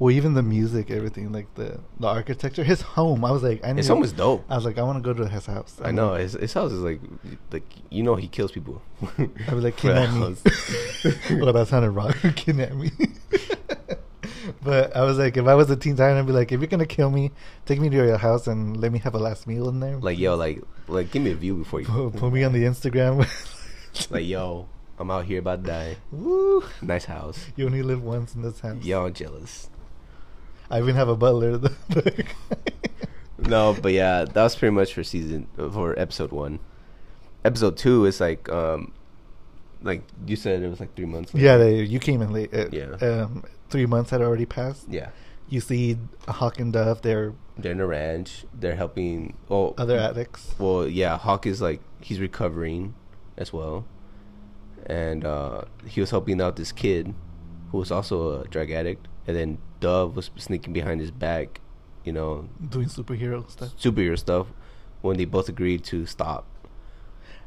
S2: Well, even the music, everything, like the the architecture, his home. I was like, I need.
S1: his
S2: to-
S1: home is dope.
S2: I was like, I want to go to his house.
S1: I know his, his house is like like you know he kills people.
S2: I was like,
S1: For that
S2: kidnap me.
S1: house.
S2: well, that sounded wrong. kidnap me. but I was like, if I was a teen titan, I'd be like, if you're gonna kill me, take me to your house and let me have a last meal in there.
S1: like yo, like like give me a view before you
S2: put, put me on the Instagram.
S1: Like, yo, I'm out here about to die.
S2: Woo!
S1: Nice house.
S2: You only live once in this house.
S1: Y'all jealous.
S2: I even have a butler.
S1: No, but yeah, that was pretty much for season for episode one. Episode two is like um like you said it was like three months later.
S2: Yeah, they, you came in late. Uh,
S1: Yeah.
S2: Um, three months had already passed.
S1: Yeah.
S2: You see Hawk and Dove, they're
S1: They're in a ranch, they're helping oh
S2: other addicts.
S1: well yeah, Hawk is like he's recovering as well. And uh he was helping out this kid who was also a drug addict and then Dove was sneaking behind his back, you know,
S2: doing superhero stuff.
S1: superhero stuff when they both agreed to stop.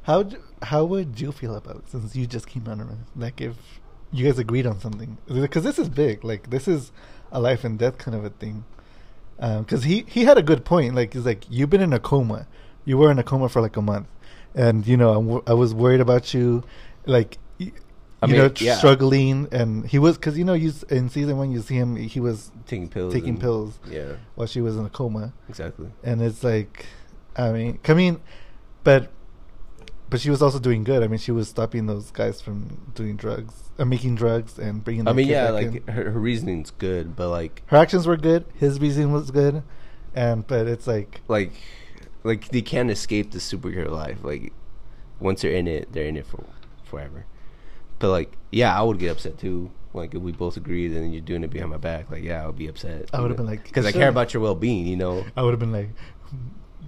S2: How d- how would you feel about it since you just came out of it? Like if you guys agreed on something, because this is big. Like this is a life and death kind of a thing. Because he he had a good point. Like he's like you've been in a coma. You were in a coma for like a month, and you know I'm wo- I was worried about you, like. y-
S1: I
S2: you
S1: mean,
S2: know, tr-
S1: yeah.
S2: struggling, and he was because you know, you s- in season one you see him, he was
S1: Taking pills.
S2: taking
S1: and-
S2: pills
S1: Yeah,
S2: while she was in a coma,
S1: exactly.
S2: and it's like i mean i mean but but she was also doing good i mean she was stopping those guys from doing drugs uh, making drugs and bringing
S1: I
S2: their
S1: mean,
S2: kid
S1: yeah,
S2: back
S1: like
S2: in.
S1: her, her reasoning's good, but like,
S2: her actions were good his reason was good and but it's like
S1: like, like they can't escape the superhero life. Like, once they're in it, they're in it for forever. But like, yeah, I would get upset too. Like if we both agreed and you're doing it behind my back, like yeah, I would be upset.
S2: I would've been like,
S1: because I
S2: "Sure."
S1: care about your well being, you know.
S2: I would have been like,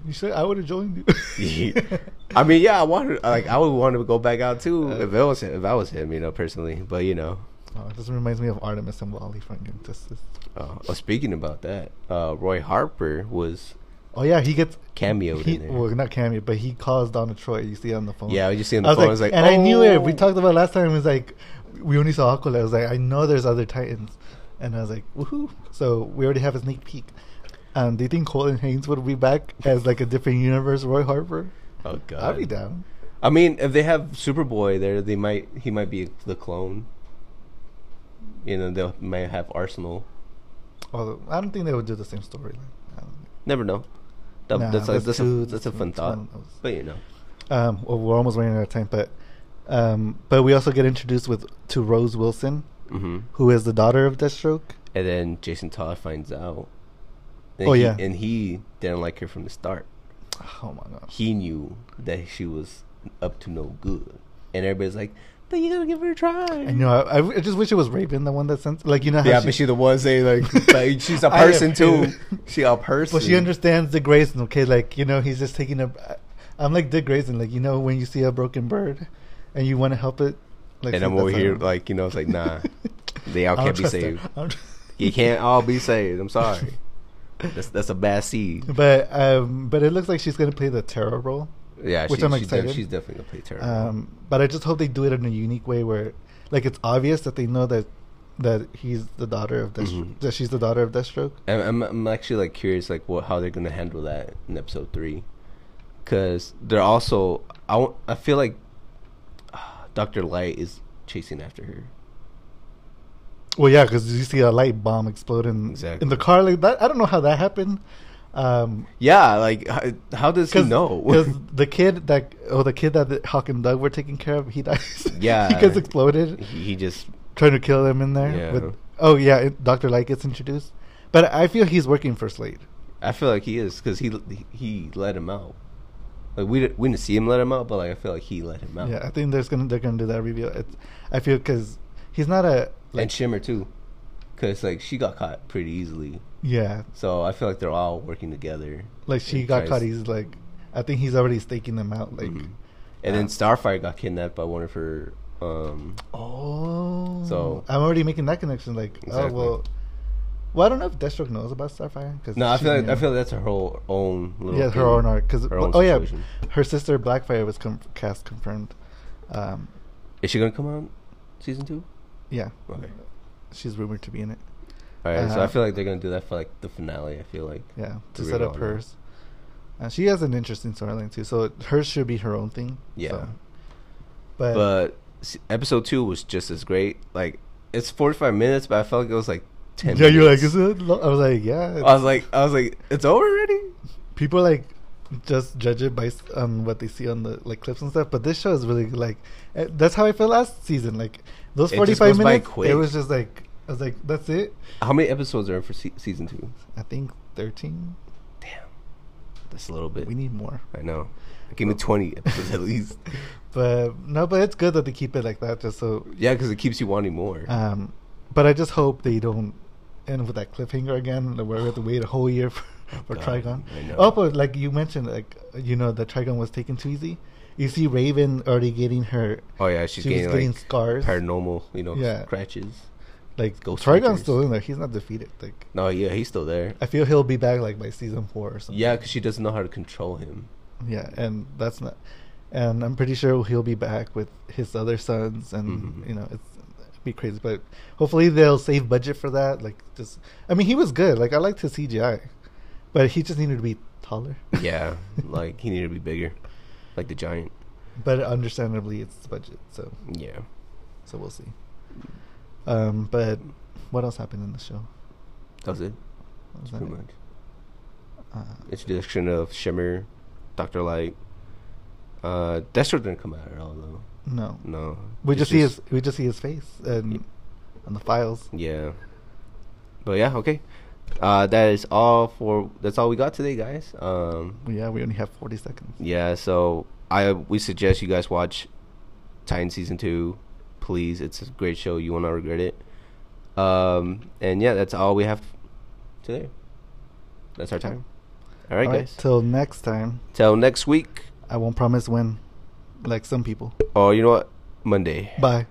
S2: you said I would have joined you.
S1: I mean, yeah, I wanted like I would want to go back out too
S2: Uh.
S1: if it was him, if I was him, you know, personally. But you know,
S2: oh, this reminds me of Artemis and Wally from Injustice.
S1: uh, oh, speaking about that, uh, Roy Harper was
S2: Oh yeah, he gets
S1: cameoed
S2: He,
S1: in there.
S2: well, not cameo, but he calls Donna Troy. You see it on the phone.
S1: yeah, I was just seeing
S2: I
S1: the
S2: was
S1: phone.
S2: like,
S1: I was like,
S2: and I knew it. We
S1: "Oh."
S2: talked about it last time. It was like we only saw Aquila. I was like, I know there's other Titans, and I was like, woohoo! So we already have a sneak peek. Um, do you think Colin Haynes would be back as like a different universe, Roy Harper?
S1: Oh god,
S2: I'd be down.
S1: I mean, if they have Superboy there, they might he might be the clone. You know, they might have Arsenal.
S2: Although I don't think they would do the same storyline. I don't think.
S1: Never know. That,
S2: Nah,
S1: that's,
S2: that's
S1: a, that's,
S2: too-
S1: a, that's a fun
S2: that's
S1: thought.
S2: one of those.
S1: But you know,
S2: Um, well, we're almost running out of time, but um, but we also get introduced with to Rose Wilson,
S1: hmm
S2: who is the daughter of Deathstroke.
S1: and then Jason Todd finds out. And
S2: Oh,
S1: he,
S2: yeah.
S1: and he didn't like her from the start.
S2: Oh my gosh.
S1: He knew that she was up to no good, and everybody's like, "But you gotta give her a try."
S2: I know. I, I just wish it was Raven, the one that sent. Like you know how
S1: yeah,
S2: she,
S1: but she the one saying like, like, she's a
S2: I am-
S1: person too. She a person.
S2: But she understands the Grayson, okay? Like, you know, he's just taking a. I'm like Dick Grayson, like, you know, when you see a broken bird and you want to help it. Like,
S1: and
S2: see,
S1: I'm over
S2: that's
S1: here
S2: how-
S1: like, you know, it's like, nah, they all
S2: I don't
S1: can't be
S2: trust her.
S1: saved.
S2: I don't-
S1: You can't all be saved. I'm sorry. That's that's a bad seed.
S2: But um, but it looks like she's going to play the terror role.
S1: Yeah,
S2: Which
S1: she-
S2: I'm
S1: she's def-
S2: excited.
S1: she's definitely gonna play terrible.
S2: Um, but I just hope they do it in a unique way where, like, it's obvious that they know that that he's the daughter of Deathstroke,
S1: Mhm.
S2: that she's the daughter of Deathstroke.
S1: I'm, I'm I'm actually like curious like what how they're gonna handle that in episode three, because they're also I won't- I feel like Doctor Light is chasing after her.
S2: Well, yeah, because you see a light bomb explode in, in the
S1: Exactly.
S2: car like that. I don't know how that happened. Um,
S1: Yeah, like how, how does he know?
S2: Because the kid that, oh, the kid that the Hawk and Doug were taking care of, he dies.
S1: Yeah.
S2: he gets exploded,
S1: he, he just
S2: trying to kill him in there.
S1: Yeah.
S2: With, oh yeah, it, Doctor Light gets introduced, but I feel he's working for Slade.
S1: I feel like he is because he he let him out. Like we didn't, we didn't see him let him out, but like I feel like he let him out.
S2: Yeah, I think there's gonna they're gonna do that reveal. It's, I feel because he's not a like
S1: and Shimmer too, because like she got caught pretty easily.
S2: yeah,
S1: So I feel like they're all working together.
S2: like she
S1: He
S2: got
S1: tries-
S2: caught. He's like, I think he's already staking them out. Like,
S1: Mhm. And
S2: Ah.
S1: then Starfire got kidnapped by one of her. Um,
S2: oh,
S1: So-
S2: I'm already making that connection. Like, oh
S1: Exactly.
S2: well, well I don't know if Deathstroke knows about Starfire because
S1: no, I feel like, I feel like that's her whole own little.
S2: yeah, her
S1: thing.
S2: own arc. Cause,
S1: Her own
S2: oh
S1: situation.
S2: yeah, her sister Blackfire was com- cast confirmed. Um,
S1: Is she gonna come on season two?
S2: yeah,
S1: Okay.
S2: she's rumored to be in it.
S1: All right, so
S2: Uh,
S1: I feel like they're gonna do that for like the finale. I feel like.
S2: Yeah, to
S1: Three
S2: set up
S1: on it.
S2: hers. Uh, she has an interesting storyline too, so hers should be her own thing.
S1: Yeah.
S2: so. But,
S1: but s- episode two was just as great. Like it's forty five minutes, but I felt like it was like ten.
S2: yeah, you're like,
S1: minutes.
S2: is it? Lo-? I was like, yeah.
S1: I
S2: it's-
S1: was like, I was like, it's over already.
S2: people like just judge it by s- on what they see on the like clips and stuff. But this show is really like eh, that's how I felt last season. Like those
S1: It just
S2: forty five
S1: goes by
S2: minutes, it
S1: quick.
S2: was just like I was like, that's it.
S1: How many episodes are in for se- season two?
S2: I think thirteen.
S1: Damn, that's a little bit.
S2: We need more.
S1: I know. Give me twenty episodes at least.
S2: But no, but it's good that they keep it like that, just so.
S1: Yeah, because it keeps you wanting more.
S2: Um, but I just hope they don't end with that cliffhanger again, where we have to wait a whole year for, for
S1: God,
S2: Trigon.
S1: I know.
S2: Oh, but like you mentioned, like you know, the Trigon was taken too easy. You see, Raven already getting her
S1: oh yeah, she's
S2: she was
S1: getting,
S2: getting
S1: like
S2: scars.
S1: paranormal, you know,
S2: Yeah.
S1: scratches.
S2: like
S1: Ghost
S2: Trigon's
S1: Hunters.
S2: still in there. He's not defeated. Like
S1: No, yeah, he's still there.
S2: I feel he'll be back like by season four or something.
S1: Yeah, because she doesn't know how to control him.
S2: yeah, and that's not. And I'm pretty sure he'll be back with his other sons, and
S1: Mhm.
S2: you know it's it'd be crazy. But hopefully they'll save budget for that. Like just, I mean, he was good. Like I liked his CGI, but he just needed to be taller.
S1: Yeah, like he needed to be bigger, like the giant.
S2: but understandably, it's the budget. So
S1: Yeah.
S2: so we'll see. Um, but what else happened in the show?
S1: That was it.
S2: What
S1: That's
S2: was that
S1: pretty
S2: it?
S1: much.
S2: Uh,
S1: Introduction of Shimmer, Doctor Light. Uh, Deathstroke didn't come out at all though.
S2: no,
S1: No,
S2: We
S1: It's
S2: just see his we just see his face and
S1: Yeah.
S2: on the files.
S1: Yeah, but yeah, okay. Uh, that is all for. That's all we got today, guys. Um,
S2: Yeah, we only have forty seconds.
S1: yeah. So I we suggest you guys watch Titan season two. Please, it's a great show. You will not regret it. Um, and yeah, that's all we have today. That's our time. All right,
S2: All right,
S1: guys.
S2: till next time.
S1: Till next week.
S2: I won't promise when, like some people.
S1: Oh, you know what? Monday.
S2: Bye.